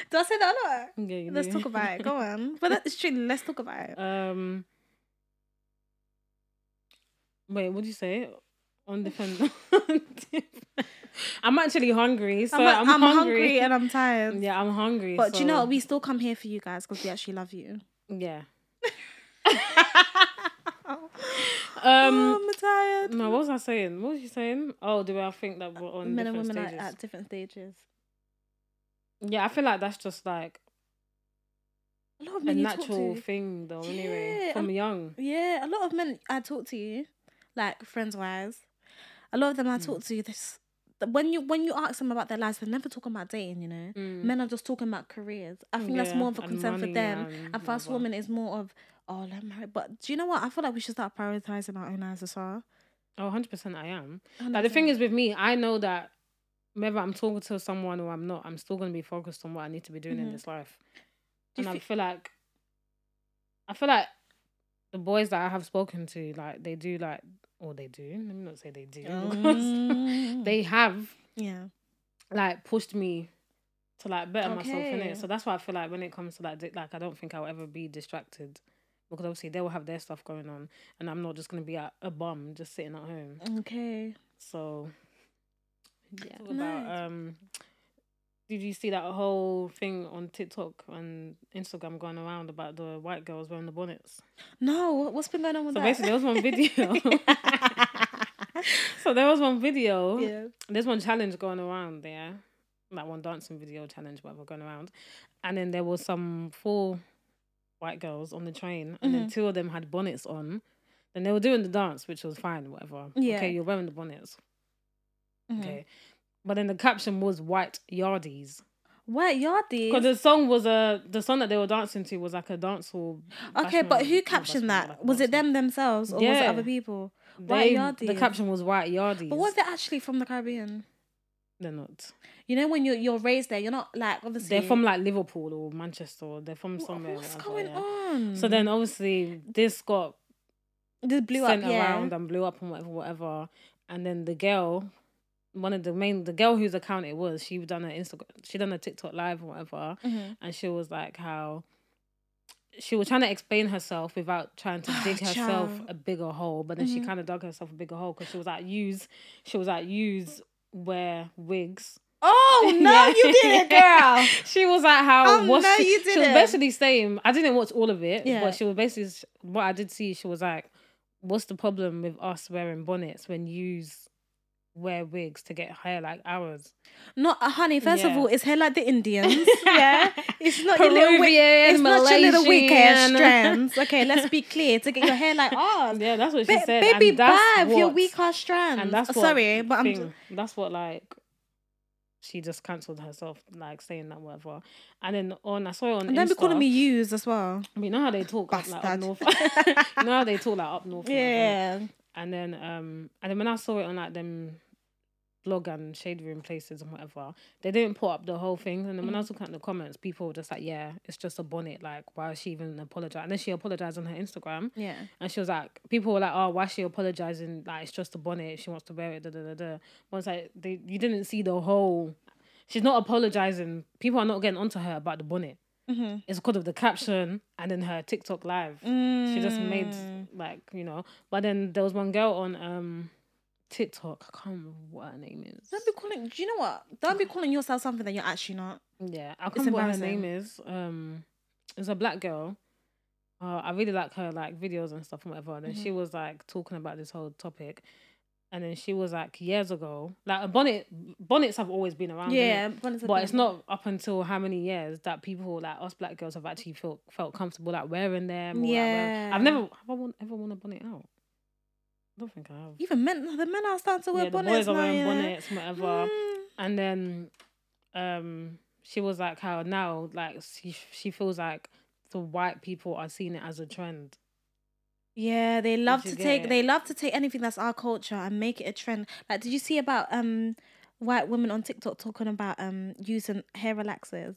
C: do I say that a lot?
B: Yeah, you
C: Let's
B: do.
C: talk about it. Go on. But that's true. Let's talk about it.
B: Um. Wait, what would you say? On different. I'm actually hungry, so I'm,
C: I'm
B: hungry.
C: and I'm tired.
B: Yeah, I'm hungry.
C: But do you know
B: so-
C: what? We still come here for you guys because we actually love you.
B: Yeah.
C: Oh,
B: Um.
C: I'm tired.
B: No, what was I saying? What was you saying? Oh, do I think that we're on
C: Men and
B: different
C: women
B: stages?
C: are at different stages.
B: Yeah, I feel like that's just like
C: A lot of
B: a
C: men you talk
B: natural
C: to.
B: thing, though. Anyway,
C: Yeah,
B: from
C: I'm-
B: young.
C: Yeah, a lot of men I talk to you, like friends wise, a lot of them I talk
B: Mm.
C: to this. When you when you ask them about their lives, they're never talking about dating. You know,
B: Mm.
C: men are just talking about careers. I think that's
B: Yeah,
C: more of a
B: and
C: concern for
B: money
C: them.
B: and
C: And for us
B: whatever.
C: women, it's more of oh, let marry. But do you know what? I feel like we should start prioritizing our own lives as well.
B: Oh, 100% I am.
C: Mm-hmm.
B: Like, the thing is with me, I know that whether I'm talking to someone or I'm not, I'm still going to be focused on what I need to be doing in
C: Mhm.
B: this life.
C: Do you
B: and I
C: fe-
B: feel like, I feel like the boys that I have spoken to, like, they do, like, or they do, let me not say they do, because
C: Mm.
B: they have,
C: yeah.
B: like, pushed me to, like, better myself in
C: Okay.
B: it. So that's why I feel like when it comes to, like, di- like I don't think I'll ever be distracted. Because obviously they will have their stuff going on, and I'm not just gonna be a, a bum just sitting at home.
C: Okay.
B: So yeah.
C: Nice.
B: About um did you see that whole thing on TikTok and Instagram going around about the white girls wearing the bonnets?
C: No, what- what's been going on with
B: So
C: that?
B: basically, there was one video. so there was one video.
C: yeah.
B: There's one challenge going around there, like one dancing video challenge, whatever going around, and then there was some four white girls on the train, and
C: Mm-hmm.
B: then two of them had bonnets on, and they were doing the dance, which was fine, whatever.
C: Yeah.
B: Okay, you're wearing the bonnets.
C: Mhm.
B: Okay. But then the caption was white yardies.
C: Mm-hmm. What
B: Because
C: yardies?
B: the song was a the song that they were dancing to was like a dancehall.
C: Okay,
B: bashment-
C: but who
B: not bashment,
C: captioned
B: like
C: that?
B: a
C: Was it
B: dancehall.
C: them themselves or was it
B: Yeah.
C: other people?
B: They,
C: White
B: The
C: yardies.
B: caption was white yardies.
C: But was they actually from the Caribbean?
B: They're not.
C: You know, when you're you're raised there, you're not like obviously.
B: They're from like Liverpool or Manchester. Or they're from
C: Wha-
B: somewhere.
C: What's
B: whatever,
C: going
B: yeah.
C: on?
B: So then obviously this got
C: this blew up.
B: sent
C: Yeah.
B: around and blew up and whatever, whatever. And then the girl, one of the main, the girl whose account it was,
C: Mm-hmm.
B: she done her Instagram, she done a TikTok live or whatever, and she was like how she was trying to explain herself without trying to dig herself
C: Child. Mm-hmm.
B: a bigger hole, but then she kind of dug herself a bigger hole because she was like, use, she was like, use wear wigs.
C: Oh no,
B: Yeah.
C: you did it, girl.
B: She was like, how?
C: Oh,
B: was
C: no,
B: she,
C: you
B: She was
C: didn't.
B: basically saying, I didn't watch all of it,
C: Yeah.
B: but she was basically what I did see. She was like, what's the problem with us wearing bonnets when use wear wigs to get higher like ours?
C: Not uh, honey. First of
B: Yeah.
C: all, it's hair like the Indians. yeah, it's not your little wi-
B: Peruvian,
C: it's not your little wicked
B: Malaysian.
C: strands. Okay, let's be clear. To get your hair like ours,
B: Yeah, that's what she
C: Ba-
B: said.
C: baby,
B: and that's
C: babe, your
B: what-
C: weak ass strands.
B: and that's
C: Oh,
B: what
C: sorry, but I'm.
B: thing-
C: just-
B: that's what like she just cancelled herself, like saying that whatever. And then on I saw it on
C: And don't be
B: Insta.
C: calling me yous as well.
B: You know how they talk up, like up
C: Bastard.
B: north. you know how they talk like up north. like,
C: Yeah.
B: And then um and then when I saw it on like them blog and shade room places and whatever, they didn't put up the whole thing. And then
C: Mm.
B: when I was looking at the comments, people were just like, Yeah, it's just a bonnet, like why is she even apologize? And then she apologized on her Instagram.
C: Yeah.
B: And she was like, people were like, oh, why is she apologizing? Like, it's just a bonnet. She wants to wear it. Da, da, da, da. But it's like, they, you didn't see the whole. She's not apologizing. People are not getting onto her about the bonnet.
C: Mhm.
B: It's because of the caption and then her TikTok live. She just made, like, you know. But then there was one girl on um TikTok. I can't remember what her name is.
C: Don't be calling. Do you know what? Don't be calling yourself something that you're actually not.
B: Yeah, I can't remember what her
C: embarrassing.
B: name is. Um, it's a black girl. Uh, I really like her like videos and stuff and whatever. And then
C: Mm-hmm.
B: she was like talking about this whole topic, and then she was like years ago, like a bonnet bonnets have always been around. innit? But it's not up until how many years that people like us black girls have actually felt felt comfortable like wearing them. Or, yeah,
C: Yeah.
B: I've never have I worn, ever worn a bonnet out. I don't think I have.
C: Even men, the men are starting to wear
B: yeah, the
C: bonnets
B: boys are
C: now.
B: wearing
C: yeah.
B: bonnets, and whatever
C: eh? Mm.
B: and then um she was like how now like she she feels like the white people are seeing it as a trend
C: Yeah, they love
B: you
C: to
B: get
C: take
B: it?
C: they love to take anything that's our culture and make it a trend. Like, did you see about um white women on TikTok talking about um using hair relaxers?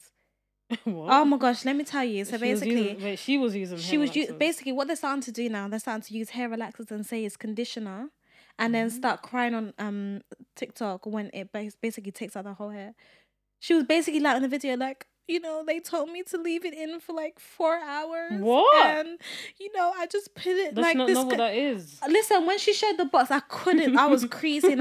B: what?
C: Oh my gosh, let me tell you. So
B: She was
C: basically,
B: using, wait, she was using
C: she
B: hair
C: was u-
B: relaxers.
C: basically what they're starting to do now. They're starting to use hair relaxers and say it's conditioner, and then
B: Mm-hmm.
C: start crying on um TikTok when it bas- basically takes out the whole hair. She was basically like in the video like. You know, they told me to leave it in for like four hours.
B: What?
C: And you know, I just put it
B: does
C: like
B: she not
C: this.
B: know what
C: co-
B: that is
C: Listen, when she showed the box, I couldn't. I was creasing.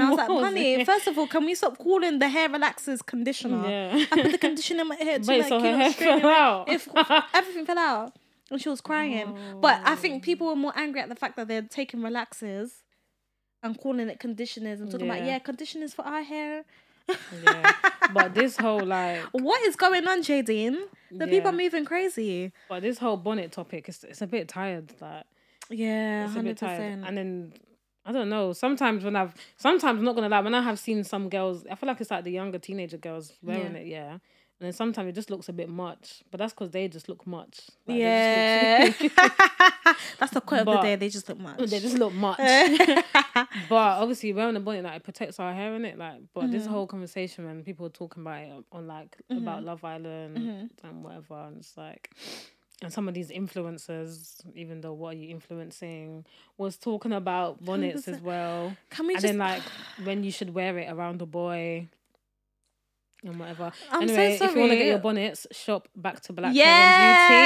C: I was like,
B: What was
C: "Honey,
B: it?"
C: first of all, can we stop calling the hair relaxers conditioner?
B: yeah
C: I put the conditioner in my hair to
B: wait
C: like
B: so
C: you
B: her
C: know,
B: hair
C: straighten
B: fell
C: it
B: out
C: if everything fell out and she was crying. But I
B: Oh.
C: think people were more angry at the fact that they're taking relaxers and calling it conditioners and talking about
B: Yeah.
C: yeah, conditioners for our hair.
B: yeah. but this whole like
C: What is going on, Jadine? The people
B: Yeah.
C: are moving crazy.
B: but this whole bonnet topic it's, it's a bit tired like
C: Yeah,
B: it's a
C: hundred
B: bit tired.
C: percent.
B: And then I don't know. Sometimes when I've sometimes I'm not gonna lie, when I have seen some girls, I feel like it's like the younger teenager girls wearing
C: Yeah.
B: it, yeah. And then sometimes it just looks a bit much, but that's because they just look much. Like, they
C: Yeah,
B: just look-
C: that's the quote of the
B: But-
C: day. They just look much.
B: they just look much. but obviously, wearing a bonnet like it protects our hair, innit? Like, but this
C: Mm-hmm.
B: whole conversation when people were talking about it on like about Love Island
C: Mm-hmm.
B: and whatever, and it's like, and some of these influencers, even though what are you influencing, was talking about bonnets as well.
C: Can we
B: and
C: just?
B: then like when you should wear it around a boy and whatever.
C: I'm so
B: anyway, if you want to get
C: sorry.
B: your bonnets, shop back to Black Hair and Beauty.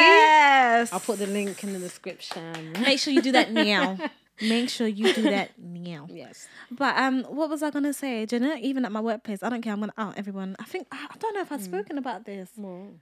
C: yes,
B: I'll put the link in the description.
C: Make sure you do that now. Make sure you do that now.
B: yes.
C: But um, what was I gonna say? Do you know, even at my workplace, I don't care. I'm gonna out everyone. I think I I don't know if I've
B: Mm.
C: spoken about this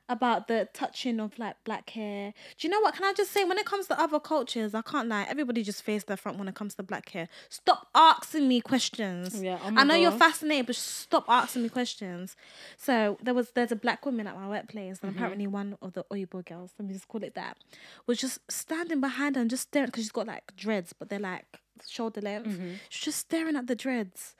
C: about the touching of like black hair. Do you know what? Can I just say when it comes to other cultures, I can't lie. Everybody just face their front when it comes to black hair. Stop asking me questions.
B: Yeah, oh my
C: I know you're
B: gosh.
C: fascinated, but stop asking me questions. So there was there's a black woman at my workplace, and apparently one of the Oyibo girls, let me just call it that, was just standing behind her and just staring because she's got like dreads, but they're like shoulder length. She's just staring at the dreads.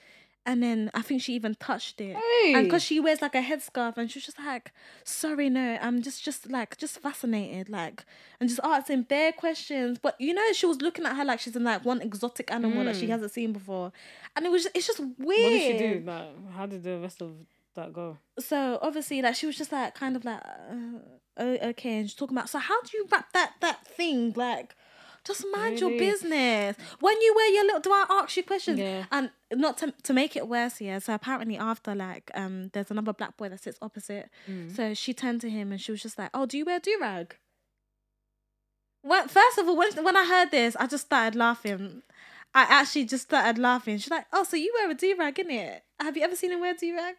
C: And then I think she even touched it. And because she wears like a headscarf and she's just like, sorry, no, I'm just just like just fascinated, like and just asking bare questions. But you know, she was looking at her like she's in like one exotic animal that she hasn't seen before. And it was just, it's just weird.
B: What did she do? Like, how did the rest of that go?
C: So obviously, like she was just like kind of like, uh, oh, okay, and she's talking about. So how do you wrap that that thing? Like, just mind your
B: Really?
C: business. When you wear your little, do I ask you questions?
B: Yeah.
C: And not to to make it worse, yeah. So apparently, after like, um, there's another black boy
B: Mm.
C: that sits opposite. So she turned to him and she was just like, "Oh, do you wear do rag?" Well, first of all, when, when I heard this, I just started laughing. I actually just started laughing. She's like, "Oh, so you wear a do rag, innit? Have you ever seen him wear do rag?"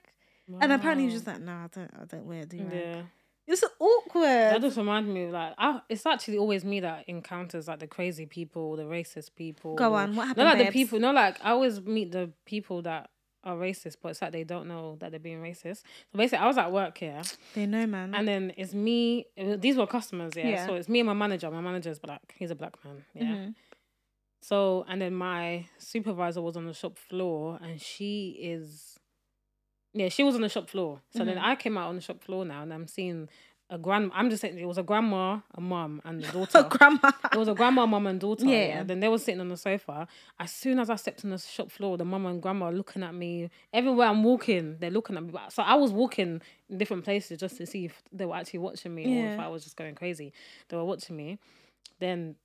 C: And apparently, he was just like, "No, I don't. I don't wear do rag."
B: yeah.
C: It was so awkward.
B: That just reminded me of like, I, it's actually always me that encounters like the crazy people, the racist people.
C: Go on, what happened,
B: Not like the
C: babes?
B: people, not like I always meet the people that are racist, but it's like they don't know that they're being racist. So basically, I was at work here,
C: they know, man.
B: and then it's me. it was- These were customers, yeah? Mm-hmm.
C: Yeah.
B: So it's me and my manager. My manager's black. He's a black man, yeah. So and then my supervisor was on the shop floor, and she is, yeah, she was on the shop floor. So then I came out on the shop floor now, and I'm seeing a grand. I'm just saying it was a grandma, a mum, and the daughter.
C: Oh, grandma.
B: It was a grandma, mum, and daughter.
C: Yeah,
B: Yeah.
C: yeah.
B: Then they were sitting on the sofa. As soon as I stepped on the shop floor, the mum and grandma are looking at me. Everywhere I'm walking, they're looking at me. But- So I was walking in different places just to see if they were actually watching me or if
C: Yeah.
B: I was just going crazy. They were watching me. Then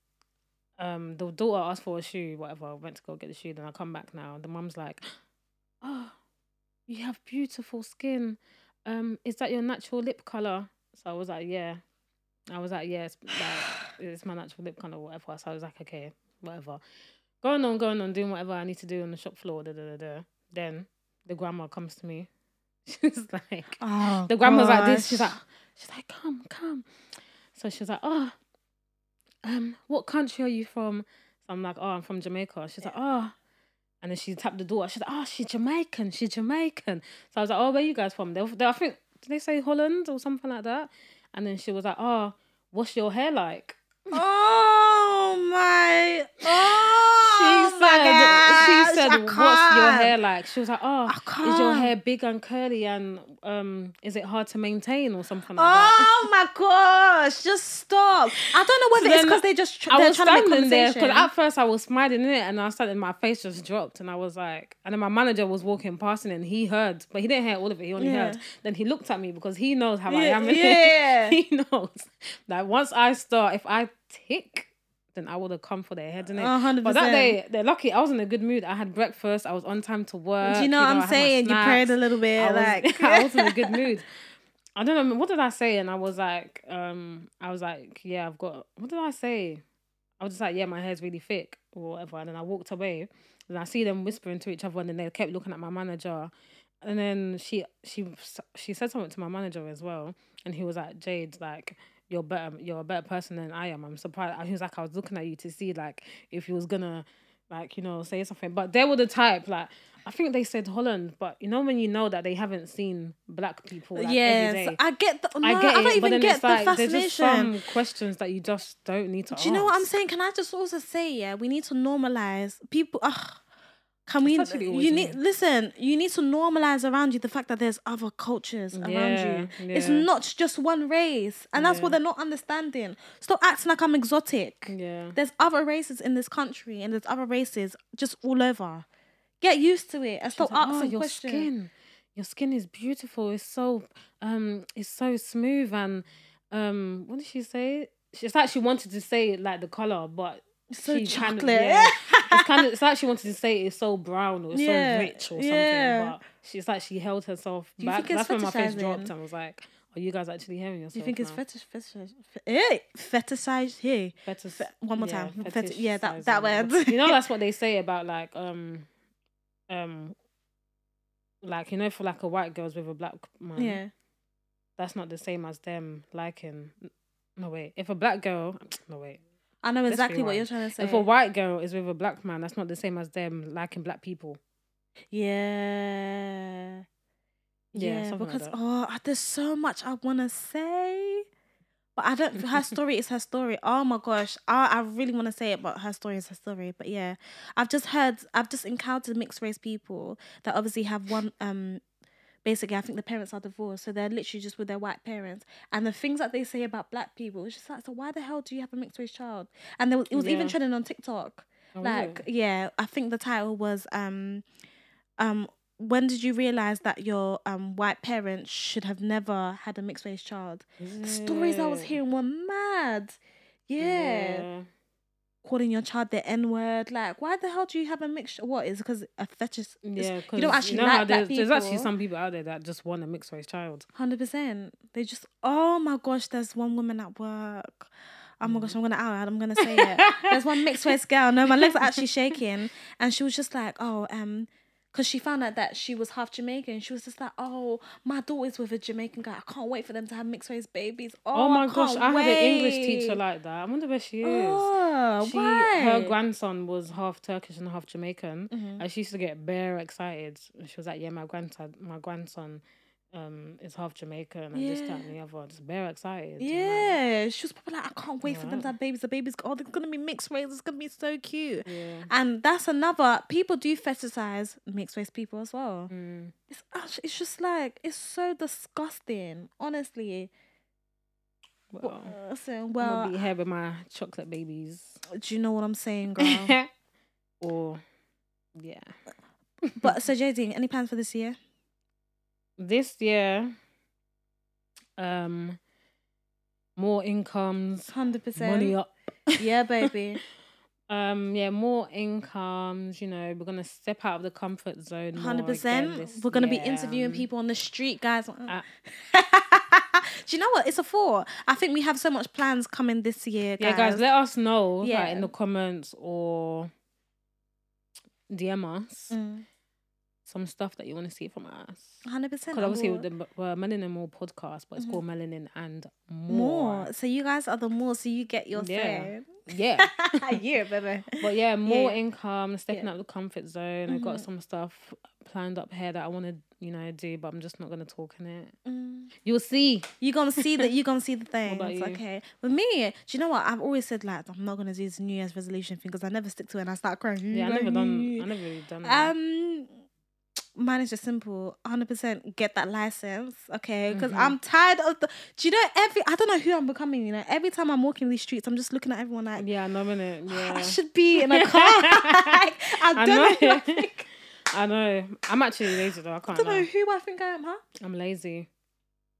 B: um, the daughter asked for a shoe, whatever. I went to go get the shoe. Then I come back now. The mum's like, "Oh, you have beautiful skin. Um, is that your natural lip color?" So I was like, "Yeah." I was like, yes, like, it's my natural lip kind of whatever. So I was like, okay, whatever. Going on, going on, doing whatever I need to do on the shop floor. Da, da, da, da. Then the grandma comes to me. She's like,
C: Oh,
B: the grandma's like this.
C: gosh.
B: She's like, she's like, come, come. So she's like, oh, um, what country are you from? So I'm like, oh, I'm from Jamaica. She's like, oh. And then she tapped the door. She's like, oh, she's Jamaican. She's Jamaican. So I was like, oh, where you guys from? They, were- they, I think, did they say Holland or something like that? And then she was like, oh, what's your hair like?
C: "Oh my, oh
B: she
C: my
B: said,
C: gosh,
B: she said,
C: I
B: what's your
C: can't."
B: hair like? She was like, oh,
C: I
B: is your
C: can't.
B: hair big and curly and um, is it hard to maintain or something like that?
C: Oh my gosh! Just stop. I don't know whether it's
B: then
C: because they just tr-
B: I
C: they're
B: was
C: trying to make
B: standing there
C: conversation.
B: because at first I was smiling in it, and I started my face just dropped, and I was like, and then my manager was walking past, and he heard, but he didn't hear all of it. He only
C: Yeah.
B: heard. Then he looked at me because he knows how I
C: Yeah,
B: am. innit?
C: yeah.
B: he knows that once I start, if I tick. Then I would have come for their head, innit?
C: A hundred
B: But that
C: percent.
B: day, they're lucky. I was in a good mood. I had breakfast. I was on time to work.
C: Do you know what
B: I had
C: I'm
B: my
C: saying? You
B: snacks.
C: prayed a little bit,
B: I was,
C: like
B: I was in a good mood. I don't know what did I say, and I was like, um, I was like, yeah, I've got. What did I say? I was just like, yeah, my hair's really thick or whatever. And then I walked away, and I see them whispering to each other, and then they kept looking at my manager. And then she she she said something to my manager as well, and he was like, Jade, like you're better, you're a better person than I am. I'm surprised. He was like, I was looking at you to see like if you was gonna like you know say something, but they were the type like. I think they said Holland, but you know when you know that they haven't seen black people like, every
C: yes,
B: day.
C: I get the. No,
B: I
C: I,
B: get it,
C: don't
B: but
C: even
B: then
C: get
B: it's
C: the
B: like there's
C: fascination.
B: just some questions that you just don't need to.
C: Do you know what I'm
B: ask.
C: saying? Can I just also say, yeah, we need to normalize people. Ugh, can we?
B: It's actually always
C: You
B: me.
C: need listen. You need to normalize around you the fact that there's other cultures around you.
B: Yeah,
C: It's
B: yeah.
C: not just one race, and that's what they're not understanding. Stop acting like I'm exotic.
B: Yeah.
C: There's other races in this country, and there's other races just all over. Get used to it, and stop
B: It's like, "Oh,
C: asking
B: your
C: questions.
B: skin your skin is beautiful it's so um it's so smooth and um what did she say She- it's like she wanted to say like the color but
C: so
B: she kind of-
C: chocolate.
B: yeah. it's kind of it's like she wanted to say it's so brown or it's
C: Yeah,
B: so rich or something
C: yeah.
B: but she's like she held herself
C: you
B: back
C: think it's
B: that's when my face dropped
C: fetishizing?
B: and was like are you guys actually hearing yourself
C: Do you think it's
B: now?
C: fetish, fetish, fe- fetishized? Hey,
B: Fetis-
C: one more time. Feti- yeah, that-
B: fetishising
C: that
B: it.
C: word.
B: you know, that's what they say about like, um, um, like you know, for like a white girl's with a black man,
C: yeah.
B: that's not the same as them liking. No wait, if a black girl, no wait,
C: I know
B: Let's
C: exactly what you're
B: rewind.
C: trying to say.
B: if a white girl is with a black man, that's not the same as them liking black people.
C: Yeah.
B: Yeah,
C: Yeah,
B: something like
C: because
B: that.
C: oh, there's so much I want to say, but I don't. Her story is her story. Oh my gosh, I I really want to say it, but her story is her story. But yeah, I've just heard, I've just encountered mixed race people that obviously have one. Um, basically, I think the parents are divorced, so they're literally just with their white parents, and the things that they say about black people, it's just like, so why the hell do you have a mixed race child? And there was, it was even
B: Yeah.
C: trending on TikTok.
B: Oh,
C: like yeah, I think the title was um, um, when did you realize that your um white parents should have never had a mixed race child? The stories
B: Mm.
C: I was hearing were mad. Yeah. calling your child the N word. Like, why the hell do you have a mixture? What is because a fetish? is-
B: Yeah,
C: you
B: 'cause
C: don't actually
B: how
C: like black
B: there's, there's actually
C: people.
B: some people out there that just want a mixed race child.
C: Hundred percent. They just oh my gosh, there's one woman at work. oh my gosh, I'm gonna out, I'm gonna say it. There's one mixed race girl. No, my legs are actually shaking, and she was just like, oh, um. Because she found out that she was half Jamaican. She was just like, oh, my daughter's with a Jamaican guy. I can't wait for them to have mixed race babies. Oh,
B: Oh, my
C: I
B: gosh,
C: can't
B: I had an English
C: wait."
B: teacher like that. I wonder where she is.
C: Oh,
B: she,
C: why? Mm-hmm.
B: her grandson was half Turkish and half Jamaican, and she used to get bare excited. She was like, "Yeah, my grandson, my grandson, um, is half Jamaican and this, that, and the other." Just bare excited. and like-
C: Yeah, she was probably like, I can't wait for them to have babies. The babies, oh, they're gonna be mixed race. It's gonna be so cute. And that's another. People do fetishize mixed race people as well.
B: Mm.
C: It's actually, it's just like it's so disgusting. Honestly,
B: well,
C: Listen,
B: I'm gonna
C: well, uh,
B: be here with my chocolate babies,
C: do you know what I'm saying, girl?
B: or yeah,
C: but so Jadine, any plans for this year?
B: this year, um, more incomes,
C: Hundred
B: money
C: percent.
B: up.
C: Yeah, baby.
B: um yeah more incomes you know we're gonna step out of the comfort zone more
C: Hundred
B: again
C: percent.
B: this
C: We're gonna be
B: year. Um,
C: interviewing people on the street, guys.
B: Uh,
C: do you know what? It's a four. I think we have so much plans coming this year, guys.
B: yeah guys let us know yeah.
C: Yeah.
B: in the comments or dm us
C: Mm.
B: some stuff that you want to see from us
C: Hundred percent. Mm-hmm.
B: because obviously with the m- uh, melanin more podcast but it's called melanin and more,
C: more. So you guys are the more, so you get your
B: Yeah.
C: say.
B: yeah
C: yeah, baby.
B: but yeah more
C: yeah. Mm-hmm.
B: income stepping out of the comfort zone i've got some stuff planned up here that i want to you know do but i'm just not going to talk in it you'll see
C: You gonna see that. You gonna see the things.
B: Mm. about you?
C: Okay. With me, do you know what? I've always said like I'm not gonna do this New Year's resolution thing because I never stick to it and I start crying.
B: yeah i never done i never really done that.
C: Um, mine is just simple. 100% get that license, okay? Because
B: Mm-hmm.
C: I'm tired of the. Do you know every? I don't know who I'm becoming. You know, every time I'm walking these streets, I'm just looking at everyone like "Ah,
B: Yeah, I know, innit?
C: I
B: Yeah.
C: should be in a car. Like, I
B: I
C: don't know. who
B: know.
C: I think
B: I know. I'm actually lazy though. I can't
C: I don't know
B: lie.
C: who I think I am, huh?
B: I'm lazy.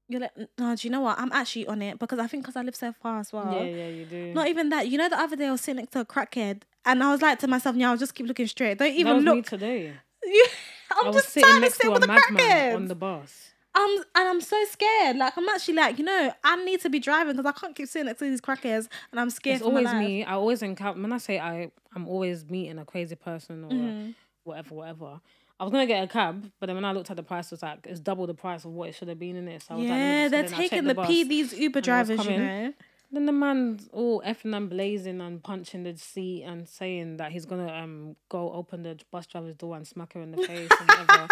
C: You're like, no, do you know what? I'm actually on it because I think because I live so far as well.
B: Yeah, yeah, you do.
C: Uh, Not even that. You know, the other day I was sitting next to a crackhead and I was like to myself, yeah, I'll just keep looking straight. Don't
B: that
C: even
B: was me
C: look.
B: today.
C: I'm
B: I was
C: just tired
B: sitting
C: of
B: next
C: sitting
B: to
C: with
B: a
C: the
B: madman on
C: crackheads.
B: the bus.
C: I'm, and I'm so scared. Like, I'm actually like, you know, I need to be driving because I can't keep sitting next to these crackheads and I'm scared
B: It's
C: for my
B: always
C: life.
B: me. I always encounter when I say I, I'm always meeting a crazy person or
C: Mm-hmm.
B: whatever, whatever. I was gonna get a cab, but then when I looked at the price, it was like it's double the price of what it should have been in it. So I was like, let me
C: Yeah,
B: just-
C: they're
B: then I checked
C: taking the,
B: bus.
C: P, these Uber drivers, you
B: coming.
C: know.
B: Then the man's all effing and blazing and punching the seat and saying that he's gonna um go open the bus driver's door and smack her in the face and whatever.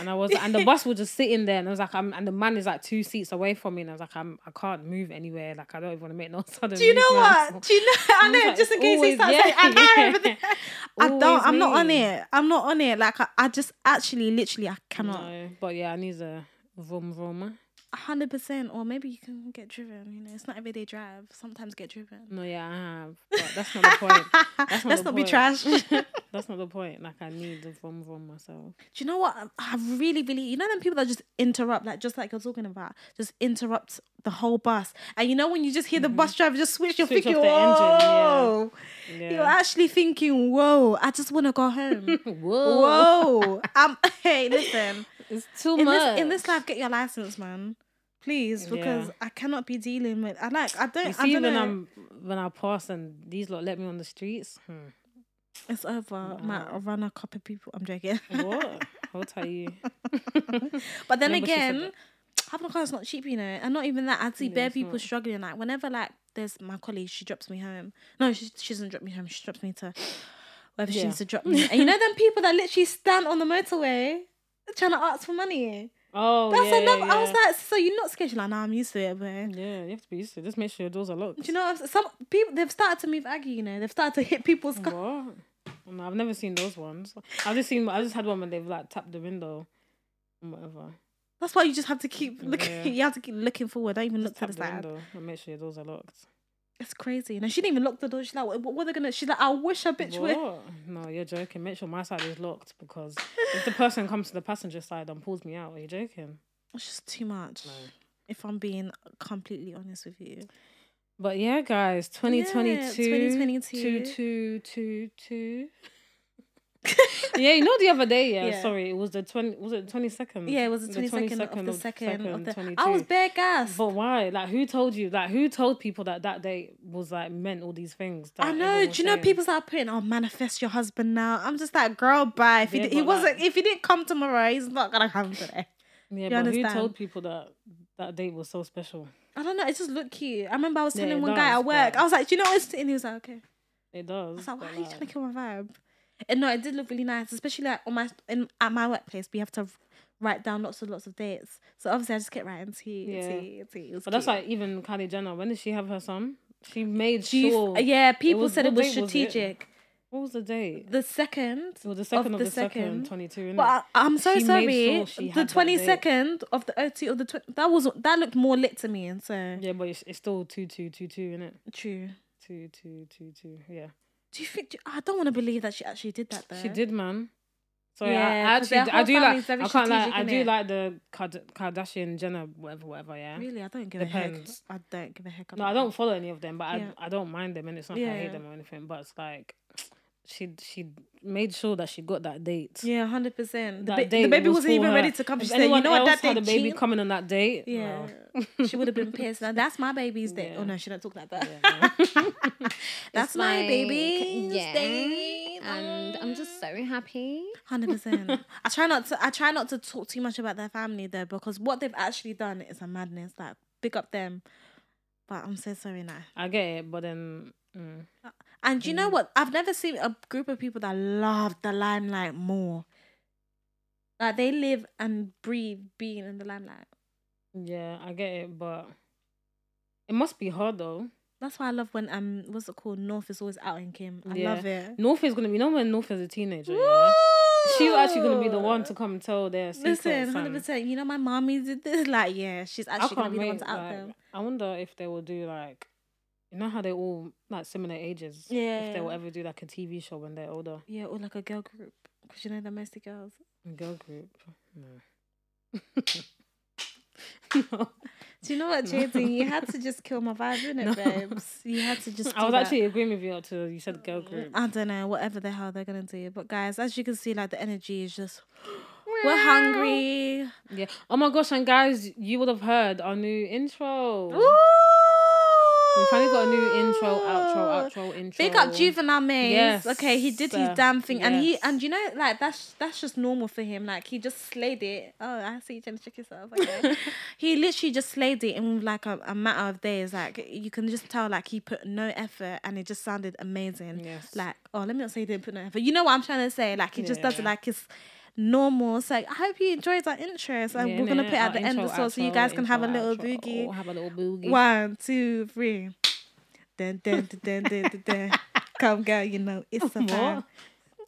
B: And I was and the bus was just sitting there and I was like, I'm and the man is like two seats away from me and I was like, I'm I can't move anywhere. Like I don't even want to make no sudden.
C: Do you know
B: movements.
C: what? Do you know? I know.
B: like,
C: just in
B: it's
C: case he
B: always-
C: starts
B: yeah,
C: saying, I know
B: yeah.
C: everything. I don't.
B: Always
C: I'm not on
B: me.
C: it. I'm not on it. Like I, I just actually, literally, I cannot.
B: No, but yeah, I need a vroom vroom.
C: Hundred percent. Or maybe you can get driven. You know, it's not everyday drive. Sometimes get driven.
B: No, yeah, I have. But that's not the point. That's not
C: Let's
B: the
C: not be
B: point.
C: trash. Do
B: That's not the point. Like I need the vroom vroom myself.
C: you know what? I- I really, really, you know, them people that just interrupt, like just like you're talking about, just interrupt the whole bus. And you know when you just hear the bus driver just switch, you're
B: Mm-hmm. Switch off
C: thinking,
B: the engine, yeah.
C: whoa. You're
B: Yeah.
C: actually thinking, whoa. I just want to go home.
B: Whoa.
C: Whoa! I'm hey, listen.
B: It's too
C: In
B: much.
C: this in this life, get your license, man, please, because
B: Yeah.
C: I cannot be dealing with. I like I don't.
B: You
C: I
B: see,
C: don't
B: when
C: know.
B: I'm when I pass and these lot let me on the streets, hmm.
C: It's over. My runner copy people. I'm joking.
B: what? How tell you?
C: But then
B: Remember she said
C: again, having a car is not cheap, you know. And not even that, I see bare people struggling. Like whenever like there's my colleague, she drops me home. No, she she doesn't drop me home. She drops me to wherever she
B: Yeah.
C: needs to drop me. and you know them people that literally stand on the motorway trying to ask for money.
B: Oh,
C: That's
B: yeah,
C: another.
B: Yeah, yeah.
C: I was like, so you're not scared? She's like, nah, I'm used to it, but.
B: yeah, you have to be used to. it. Just make sure your doors are locked.
C: Do you know what I'm s- some people they've started to move Aggie, you know, they've started to hit people's
B: Mm.
C: car.
B: what? No, I've never seen those ones. I've just seen. I just had one when they've like tapped the window, and whatever.
C: That's why you just have to keep looking
B: Yeah.
C: you have to keep looking forward. Don't even look to
B: Tap
C: the
B: the
C: side.
B: window and make sure your doors are locked.
C: It's crazy. You know, she didn't even lock the door. She's like, what, what are they gonna she's like, I wish a bitch would
B: What? No, you're joking. Make sure my side is locked because if the person comes to the passenger side and pulls me out, are you joking?
C: it's just too much. If I'm being completely honest with you.
B: But yeah, guys, 2022.
C: 2022.
B: two, two, two, two. yeah, you know the other day, yeah,
C: Yeah.
B: sorry, it was the twenty was it twenty second?
C: Yeah, it was the twenty second of the second of the.
B: 22.
C: I was bare gas.
B: But why? Like, who told you? Like, who told people that that day was like meant all these things? that
C: I know.
B: everyone
C: Do
B: was
C: you know
B: saying?
C: people start putting, "Oh, manifest your husband now." I'm just like, girl, bye. If he,
B: Yeah,
C: di- he
B: but
C: wasn't,
B: like-
C: if he didn't come tomorrow, he's not gonna come today.
B: Yeah, but
C: you
B: who
C: understand?
B: told people that that date was so special?
C: I don't know. It just looked cute. I remember I was
B: Yeah,
C: telling
B: it
C: one guy
B: does,
C: at work.
B: but-
C: I was like, "Do you know what's?" And he was like, "Okay."
B: It does.
C: I was like,
B: but,
C: "Why are you
B: like,
C: trying to kill my vibe?" And no, it did look really nice, especially like on my in at my workplace. We have to write down lots and lots of dates. So obviously, I just kept writing tea,
B: Yeah.
C: tea, tea. It was
B: But that's
C: cute.
B: like even Kylie Jenner. When did she have her son? She made
C: She-
B: sure.
C: uh, yeah, people
B: was-
C: said it
B: what
C: was
B: date was it?
C: strategic.
B: What was the date?
C: The second,
B: It was the second of,
C: the
B: the,
C: second.
B: second, twenty two.
C: But I, I'm so
B: She made
C: sorry.
B: sure she
C: the
B: had that
C: twenty
B: date.
C: second of the OT or the tw- that was that looked more lit to me, and so
B: Yeah, but it's, it's still two two two two in it.
C: true.
B: Two two two two. Yeah,
C: Do you think? do- I don't want to believe that she actually did that though.
B: she did, man. Sorry, I-
C: Yeah,
B: I,
C: 'cause
B: actually
C: their
B: I
C: whole
B: do like.
C: family's very
B: I can't like.
C: strategic,
B: I do
C: innit?
B: like the Kard- Kardashian Jenner whatever whatever. Yeah.
C: Really, I don't give
B: Depends.
C: a heck. I don't give a heck.
B: No, I don't follow any of them, but
C: Yeah.
B: I I don't mind them, and it's not like I
C: Yeah.
B: hate them or anything. But it's like she she made sure that she got that date.
C: Yeah, hundred percent. The,
B: That
C: ba- the
B: date
C: baby
B: was
C: wasn't
B: for
C: even
B: her.
C: ready to come.
B: If
C: She said, "You
B: anyone
C: know what?
B: else
C: That
B: had
C: day,
B: a baby
C: cheat."
B: coming on that date.
C: Yeah,
B: no.
C: she would have been pissed. Now that's my baby's day. Oh
B: Yeah.
C: no, she don't talk like that.
B: Yeah,
C: that's my
D: like,
C: baby's
D: yeah,
C: day.
D: and I'm
C: Mm.
D: just so happy.
C: Hundred percent. I try not to. I try not to talk too much about their family though, because what they've actually done is a madness. Like, big up them. But I'm so sorry now.
B: I get it, but then mm,
C: And you know what? I've never seen a group of people that love the limelight more. Like they live and breathe being in the limelight.
B: yeah, I get it, but it must be hard though.
C: That's why I love when um, what's it called? North is always out in Kim. I
B: Yeah.
C: love it.
B: North is gonna be. You know when North is a teenager, yeah? she's actually gonna be the one to come and tell their secrets.
C: Listen, hundred
B: and-
C: percent. You know my mommy did this. Like, yeah, she's
B: I
C: actually gonna
B: can't
C: be the one
B: wait.
C: to out them.
B: like, I wonder if they will do like, you know how they all like similar ages. If
C: Yeah.
B: they will ever do like a TV show when they're older.
C: Yeah, or like a girl group. Because you know they're mostly girls.
B: Girl group. No. no.
C: Do you know what, Jaden? You had to just kill my vibe, innit,
B: No.
C: babes? You had to just.
B: I was
C: do that. Mm.
B: actually agreeing with you up to you said girl group.
C: I don't know, whatever the hell they're gonna do. But guys, as you can see, like the energy is just. We're hungry.
B: Yeah. Oh my gosh, and guys, you would have heard our new intro. We finally got a new intro, outro, outro, intro.
C: Big up Juvenile Maze.
B: Yes,
C: Okay, he did
B: uh,
C: his damn thing, and he
B: yes.
C: and you know like that's that's just normal for him. Like he just slayed it. Oh, I see you trying to check yourself. Okay, he literally just slayed it in like a, a matter of days. Like you can just tell like he put no effort, and it just sounded amazing.
B: Yes.
C: Like oh, let me not say he didn't put no effort. You know what I'm trying to say? Like he just does it
B: Yeah.
C: like it's normal. So like, I hope you enjoyed our intro. So
B: Yeah,
C: we're gonna
B: innit?
C: put it at
B: Our
C: the end
B: intro,
C: as well, so you
B: outro,
C: guys can have a
B: intro,
C: little
B: outro.
C: boogie.
B: Oh, have a little boogie.
C: One, two, three. Dun, dun, dun, dun, dun, dun, dun. Come, girl, you know it's a vibe.
B: What?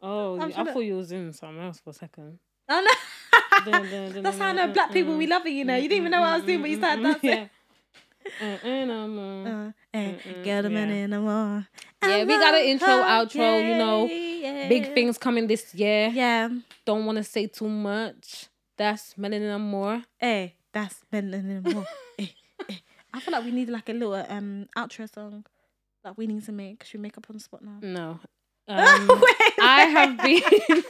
B: Oh,
C: I'm
B: I
C: trying to-
B: thought you was in something else for a second.
C: Oh no, that's how I know black
B: mm,
C: people we love it. You know, you didn't even know what I was doing, but you started dancing.
B: Yeah. Mm-mm, mm-mm.
C: Uh, hey,
B: Mm-mm,
C: girl, the man
B: mm, yeah.
C: in the mall.
B: Yeah, we got an intro, outro, you know, Big things coming this year.
C: Yeah.
B: Don't want to say too much. That's Melanin and More.
C: Hey, Eh, that's men in the mall. Hey, hey. Eh, I feel like we need like a little um outro song that we need to make. Should we make up on the spot now?
B: No. Um, I have been.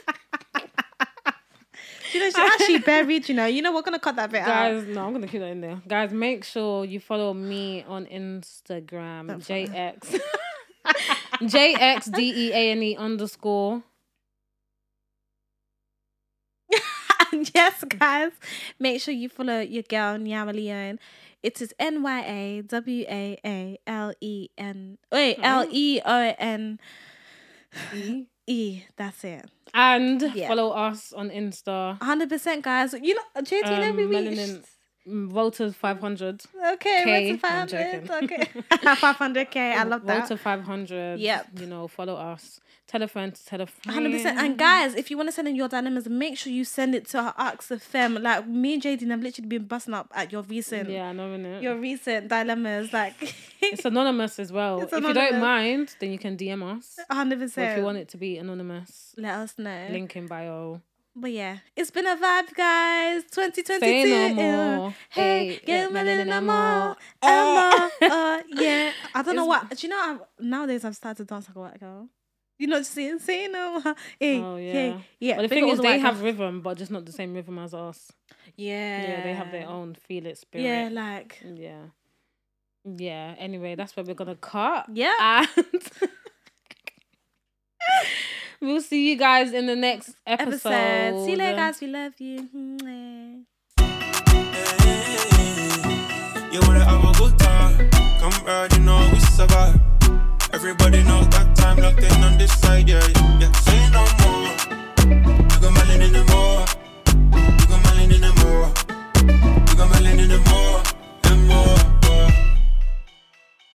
C: You know, she's actually buried. You know, you know, we're gonna cut that bit out.
B: Guys, no, I'm gonna keep that in there. Guys, make sure you follow me on Instagram, JX. E JXDEANE underscore.
C: And yes, guys, make sure you follow your girl Nyawa Leon. It is N Y A W A A L E N. Wait, L E O N
B: E.
C: E. That's it.
B: And
C: Yeah.
B: follow us on Insta.
C: Hundred percent, guys. You know, JT, you know
B: Um,
C: we
B: melanin-
C: reached.
B: Mm, Voters 500.
C: Okay,
B: K.
C: what's five hundred?
B: I'm
C: Okay, five hundred K. I love that.
B: Voter 500.
C: Yep.
B: You know, follow us. Tell a friend to tell a friend.
C: Hundred percent. And guys, if you want to send in your dilemmas, make sure you send it to our Arcs of Femme. Like me and Jaden have literally been busting up at your recent,
B: Yeah, I know, innit?
C: your recent dilemmas. Like,
B: It's anonymous as well.
C: It's
B: if you
C: anonymous.
B: don't mind, then you can DM us.
C: hundred
B: Or
C: percent.
B: if you want it to be anonymous,
C: let us know.
B: link in bio.
C: But yeah, it's been a vibe, guys. 2022.
B: Say no
C: uh,
B: more.
C: Hey,
B: Hey, yeah,
C: get my little
B: no
C: no
B: more.
C: more. Uh, uh, yeah. I don't know
B: Eh. It's-
C: what. Do you know, I've, nowadays I've started to dance like a white girl. you know, just saying, saying, no. Hey,
B: Oh,
C: yeah,
B: yeah.
C: yeah.
B: But the
C: They
B: thing
C: got all
B: is,
C: the
B: they
C: white
B: have
C: girls.
B: rhythm, but just not the same rhythm as us.
C: yeah,
B: Yeah, they have their own feel it spirit.
C: Yeah, like
B: Yeah. Yeah. Anyway, that's where we're gonna cut.
C: yeah.
B: And we'll see you guys in the next episode.
C: episode. See you later, guys. We love you. Mm-hmm. Mwah.
A: You wanna have a good time? Come round, you know we survive. Everybody knows that time locked in on this side, yeah.